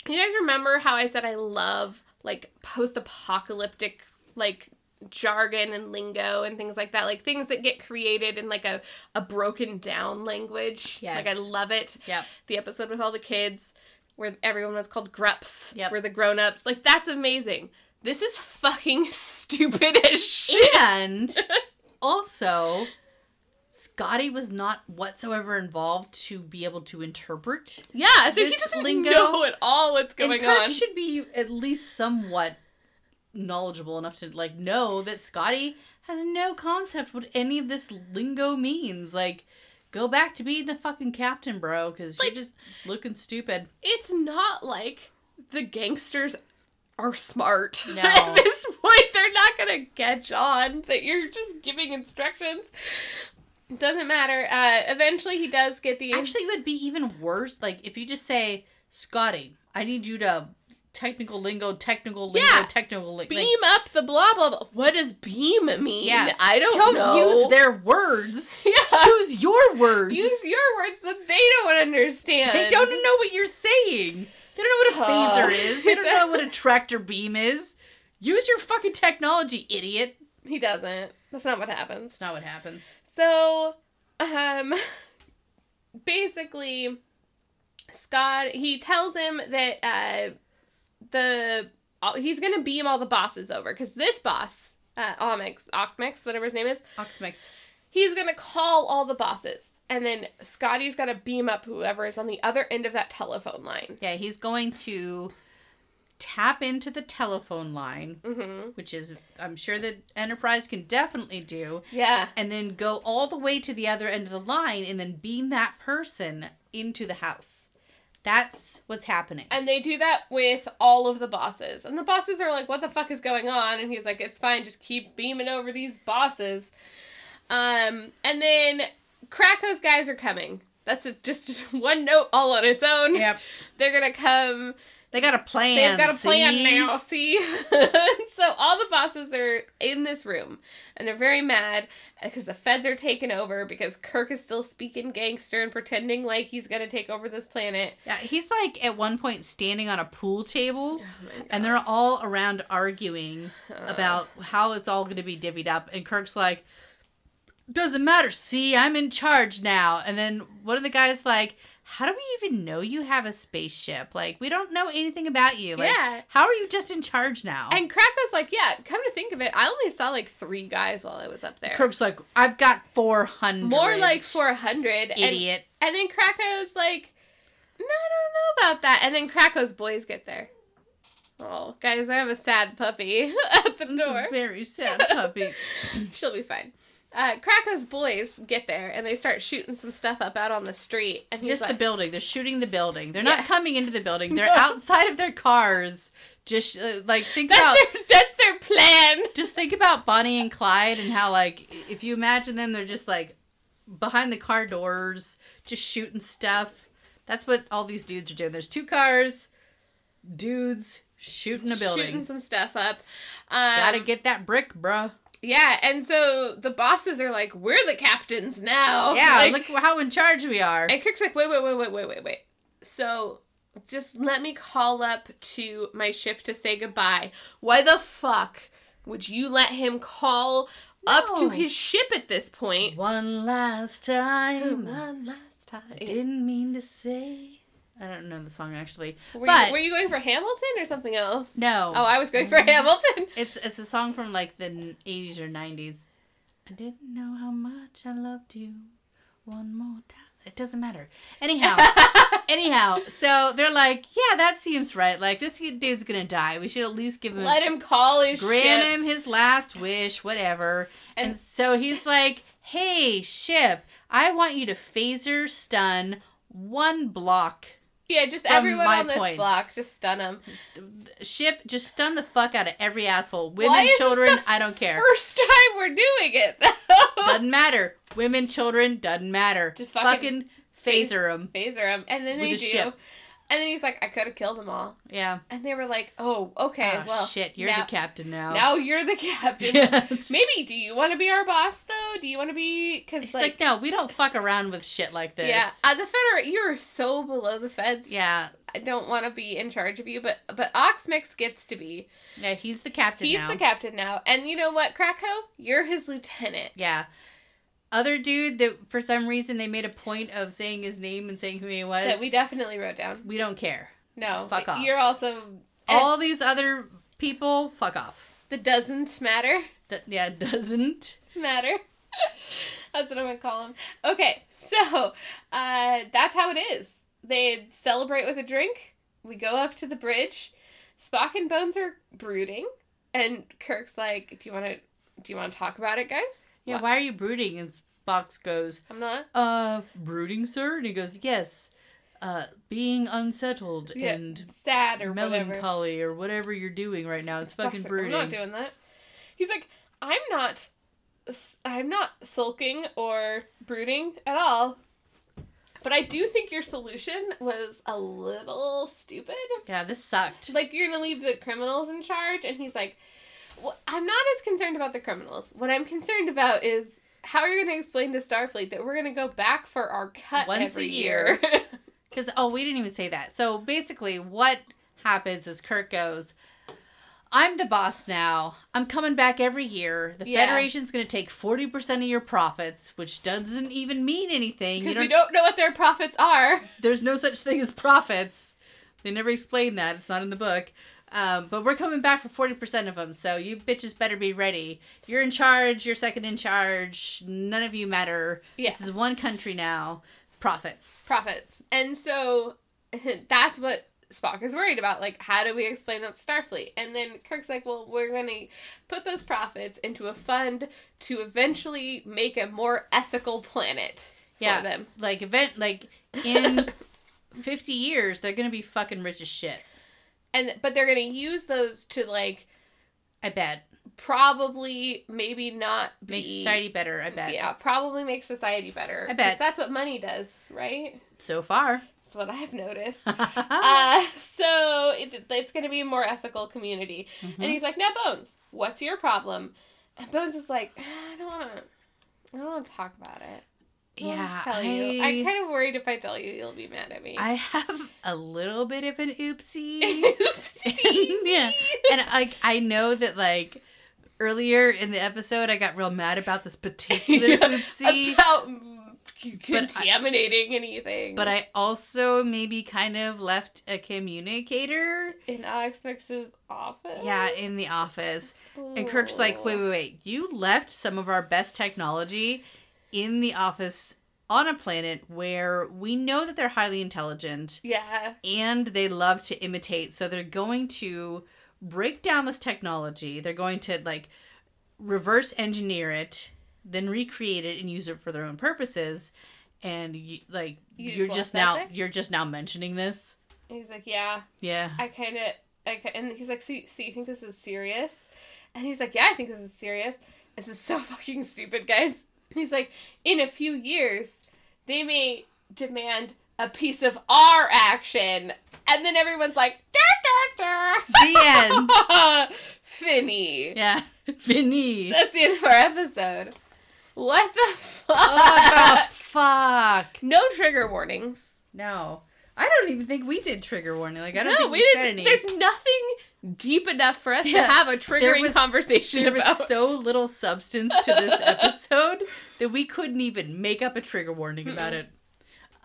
You guys remember how I said I love like post-apocalyptic like jargon and lingo and things like that, like things that get created in like a, a broken down language. Yes. Like I love it Yep. the episode with all the kids where everyone was called grups Yep. where the grown-ups like that's amazing this is fucking [LAUGHS] stupid as shit And also, Scotty was not whatsoever involved to be able to interpret. yeah so he This doesn't lingo- know at all what's And going Kirk on should be at least somewhat knowledgeable enough to like know that Scotty has no concept what any of this lingo means. Like, go back to being a fucking captain, bro, because Like- you're just looking stupid. it's not like the gangsters are smart [LAUGHS] No. at this point they're not gonna catch on that you're just giving instructions doesn't matter uh eventually he does get the Actually, it would be even worse. Like if you just say, Scotty, I need you to technical lingo, technical lingo, Yeah. technical lingo. beam up the blah blah blah what does beam mean Yeah. i don't, don't know use their words. [LAUGHS] Yeah. Use your words. Use your words that they don't understand. they don't know what you're saying. They don't know what a Oh. phaser is. They don't know [LAUGHS] what a tractor beam is. Use your fucking technology, idiot. He doesn't. That's not what happens. That's not what happens. So, um, [LAUGHS] basically, Scott he tells him that uh, the all- he's gonna beam all the bosses over because this boss, uh, Omix, Oxmix, whatever his name is, Oxmix. he's gonna call all the bosses. And then Scotty's got to beam up whoever is on the other end of that telephone line. Yeah, he's going to tap into the telephone line, hmm which is I'm sure that Enterprise can definitely do. Yeah. and then go all the way to the other end of the line and then beam that person into the house. That's what's happening. And they do that with all of the bosses. And the bosses are like, what the fuck is going on? And he's like, it's fine, just keep beaming over these bosses. Um, and then Krakow's guys are coming. That's a, just [LAUGHS] one note all on its own. Yep. They're going to come. They got a plan. They've got a plan see? now, see? [LAUGHS] so all the bosses are in this room. And they're very mad because the feds are taking over because Kirk is still speaking gangster and pretending like he's going to take over this planet. Yeah, he's like at one point standing on a pool table [SIGHS] my and they're all around arguing Uh, about how it's all going to be divvied up and Kirk's like doesn't matter. See, I'm in charge now. And then one of the guys like, "How do we even know you have a spaceship? Like, we don't know anything about you. Like, Yeah. how are you just in charge now?" And Krakow's like, yeah, come to think of it, I only saw like three guys while I was up there. Kirk's like, I've got 400. More like 400. And, Idiot. and then Krakow's like, no, I don't know about that. And then Krakow's boys get there. Oh, guys, I have a sad puppy [LAUGHS] at the It's a door. [LAUGHS] very sad puppy. She'll be fine. Uh, Krakow's boys get there and they start shooting some stuff up out on the street. And he's just the like, building. They're shooting the building. They're Yeah. not coming into the building. They're No. outside of their cars. Just uh, like think [LAUGHS] about that's, their, [LAUGHS] that's their plan. just think about Bonnie and Clyde and how like if you imagine them, they're just like behind the car doors, just shooting stuff. That's what all these dudes are doing. There's two cars, dudes shooting a building. shooting some stuff up. Um, Gotta get that brick, bruh. yeah, and so the bosses are like, "We're the captains now." yeah, [LAUGHS] like, look how in charge we are. And Kirk's like, wait, wait, wait, wait, wait, wait, wait. So just let me call up to my ship to say goodbye. Why the fuck would you let him call up to No. his ship at this point? One last time. One last time. I didn't mean to say. I don't know the song actually. Were, but- you, were you going for Hamilton or something else? No. Mm. Oh, I was going for Hamilton. It's it's a song from like the eighties or nineties. I didn't know how much I loved you. One more time. It doesn't matter. [LAUGHS] Anyhow, anyhow. So they're like, yeah, that seems right. Like this dude's gonna die. We should at least give him. Let his- him call his grant ship. him his last wish, whatever. And, And- so he's like, "Hey, ship, I want you to phaser stun one block. Yeah, just from everyone my on this point. block, just stun him. Just- Ship, just stun the fuck out of every asshole. Women, Why is this children, the I don't care. First [LAUGHS] time we're doing it though. doesn't matter. Women, children, doesn't matter. Just Just fucking fucking, phase- phaser them. Phaser him, and then With they a do. ship. And then he's like, I could have killed them all. Yeah. And they were like, "Oh, okay, oh well, shit, you're now, the captain now. now you're the [LAUGHS] [LAUGHS] captain. Yes. Maybe do you want to be our boss though? Do you want to be? Because He's like, like, no, we don't fuck around with shit like this. yeah, uh, the Federate, you're so below the feds. Yeah. I don't want to be in charge of you, but but Oxmix gets to be. Yeah, he's the captain He's now. the captain now, and you know what, Krakow, you're his lieutenant. Yeah. Other dude that for some reason they made a point of saying his name and saying who he was. That we definitely wrote down. we don't care. No, Fuck off. You're also All these other people, fuck off. the doesn't matter. That yeah, [LAUGHS] it doesn't. [LAUGHS] matter. that's what I'm gonna call him. Okay, so uh, that's how it is. They celebrate with a drink. We go up to the bridge. Spock and Bones are brooding, and Kirk's like, "Do you want to? Do you want to talk about it, guys? Yeah, What? why are you brooding? And Box goes, I'm not." uh, brooding, sir? And he goes, yes. Uh, being unsettled Yeah, and sad or whatever. melancholy or whatever you're doing right now. It's fucking Spock's like, brooding. I'm not doing that. He's like, "I'm not. s- I'm not sulking or brooding at all." But I do think your solution was a little stupid. yeah, this sucked. like you're gonna leave the criminals in charge and he's like well, i'm not as concerned about the criminals what i'm concerned about is how are you gonna explain to starfleet that we're gonna go back for our cut Once a every year. Because, oh, we didn't even say that. So basically, what happens is Kirk goes, I'm the boss now. I'm coming back every year. The Yeah. Federation's going to take 40% of your profits, which doesn't even [LAUGHS] mean anything. You because don't, we don't know what their profits are there's no such thing as profits. They never explain that. It's not in the book. Um, but we're coming back for 40% of them. So you bitches better be ready. You're in charge. You're second in charge. None of you matter. Yeah. This is one country now. Profits. profits and so [LAUGHS] that's what spock is worried about like how do we explain that to starfleet and then kirk's like well we're gonna put those profits into a fund to eventually make a more ethical planet Yeah. for them like event like in [LAUGHS] 50 years they're gonna be fucking rich as shit and but they're gonna use those to like i bet probably maybe not be, make society better i bet Yeah, probably make society better. I bet. 'Cause that's what money does, right? so far [LAUGHS] That's what I've noticed. uh, so it, it's going to be a more ethical community. Mm-hmm. And he's like, "Now, Bones, what's your problem?" And Bones is like, "Ah, "I don't want to. I don't want to talk about it. I don't yeah wanna tell you. I, I'm kind of worried if I tell you, you'll be mad at me." I have a little bit of an [LAUGHS] oopsie Oopsies. [LAUGHS] yeah and like i know that like earlier in the episode i got real mad about this particular Yeah, oopsie about mm, c- But I- contaminating anything. but i also maybe kind of left a communicator in Alex Mix's office. yeah in the office And Kirk's like, wait, wait, wait. You left some of our best technology in the office on a planet where we know that they're highly intelligent Yeah, and they love to imitate. So they're going to break down this technology. They're going to like reverse engineer it, then recreate it and use it for their own purposes. And you, like You just you are left just that now there? you're just now mentioning this. And he's like, yeah, [LAUGHS] Yeah. I kind of, I ki- and he's like, so, you- so you think this is serious? And he's like, yeah, I think this is serious. This is so [LAUGHS] fucking stupid, guys. And he's like, in a few years, they may demand a piece of our action. And then everyone's like, da, [LAUGHS] The end. da, da. Finny. Yeah. [LAUGHS] Vinny. That's the end of our episode. What the fuck? [LAUGHS] Oh, the fuck. no trigger warnings. No. I don't even think we did trigger warning. Like, I don't no, think we, we said didn't. any. There's nothing deep enough for us Yeah. to have a There triggering was- conversation there about. was so little substance to [LAUGHS] this episode that we couldn't even make up a trigger warning Hmm. about it.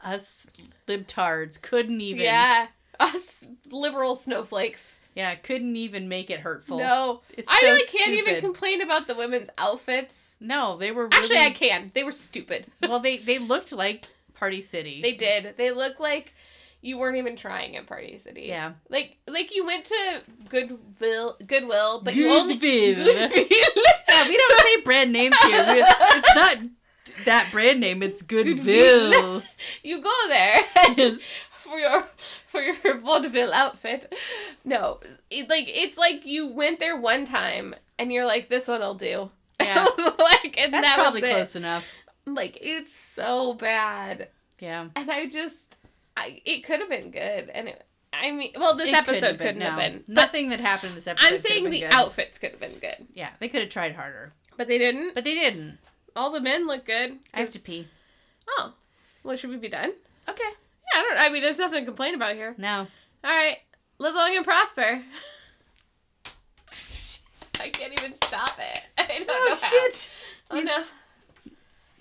Us libtards couldn't even. yeah, us liberal snowflakes. Yeah, couldn't even make it hurtful. No, It's I so really can't even stupid. complain about the women's outfits. No, they were really. Actually, I can. They were stupid. well, they they looked like Party City. They did. They look like you weren't even trying at Party City. Yeah. Like like you went to Goodwill Goodwill, but you only Goodwill. Goodwill. Yeah, we don't say brand names here. We- it's not that brand name. [LAUGHS] It's Goodwill. [LAUGHS] you go there [LAUGHS] Yes. for your for your vaudeville outfit. No, it, like it's like you went there one time and you're like, this one will do. Yeah. [LAUGHS] like and That's that probably was it. close enough. Like it's so bad, Yeah. and I just, I it could have been good, and it, I mean, well, this It episode been, couldn't have no. been. But Nothing that happened in this episode. I'm could've saying been the good. outfits could have been good, Yeah, they could have tried harder, but they didn't. but they didn't. All the men look good. I have to pee. Oh, well, should we be done? Okay. Yeah, I don't. I mean, there's nothing to complain about here. No. All right, live long and prosper. [LAUGHS] [LAUGHS] I can't even stop it. [LAUGHS] I don't know Oh how. shit. Oh no. It's-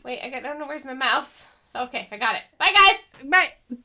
Wait, I, got, I don't know where's my mouse. Okay, I got it. Bye guys. Bye.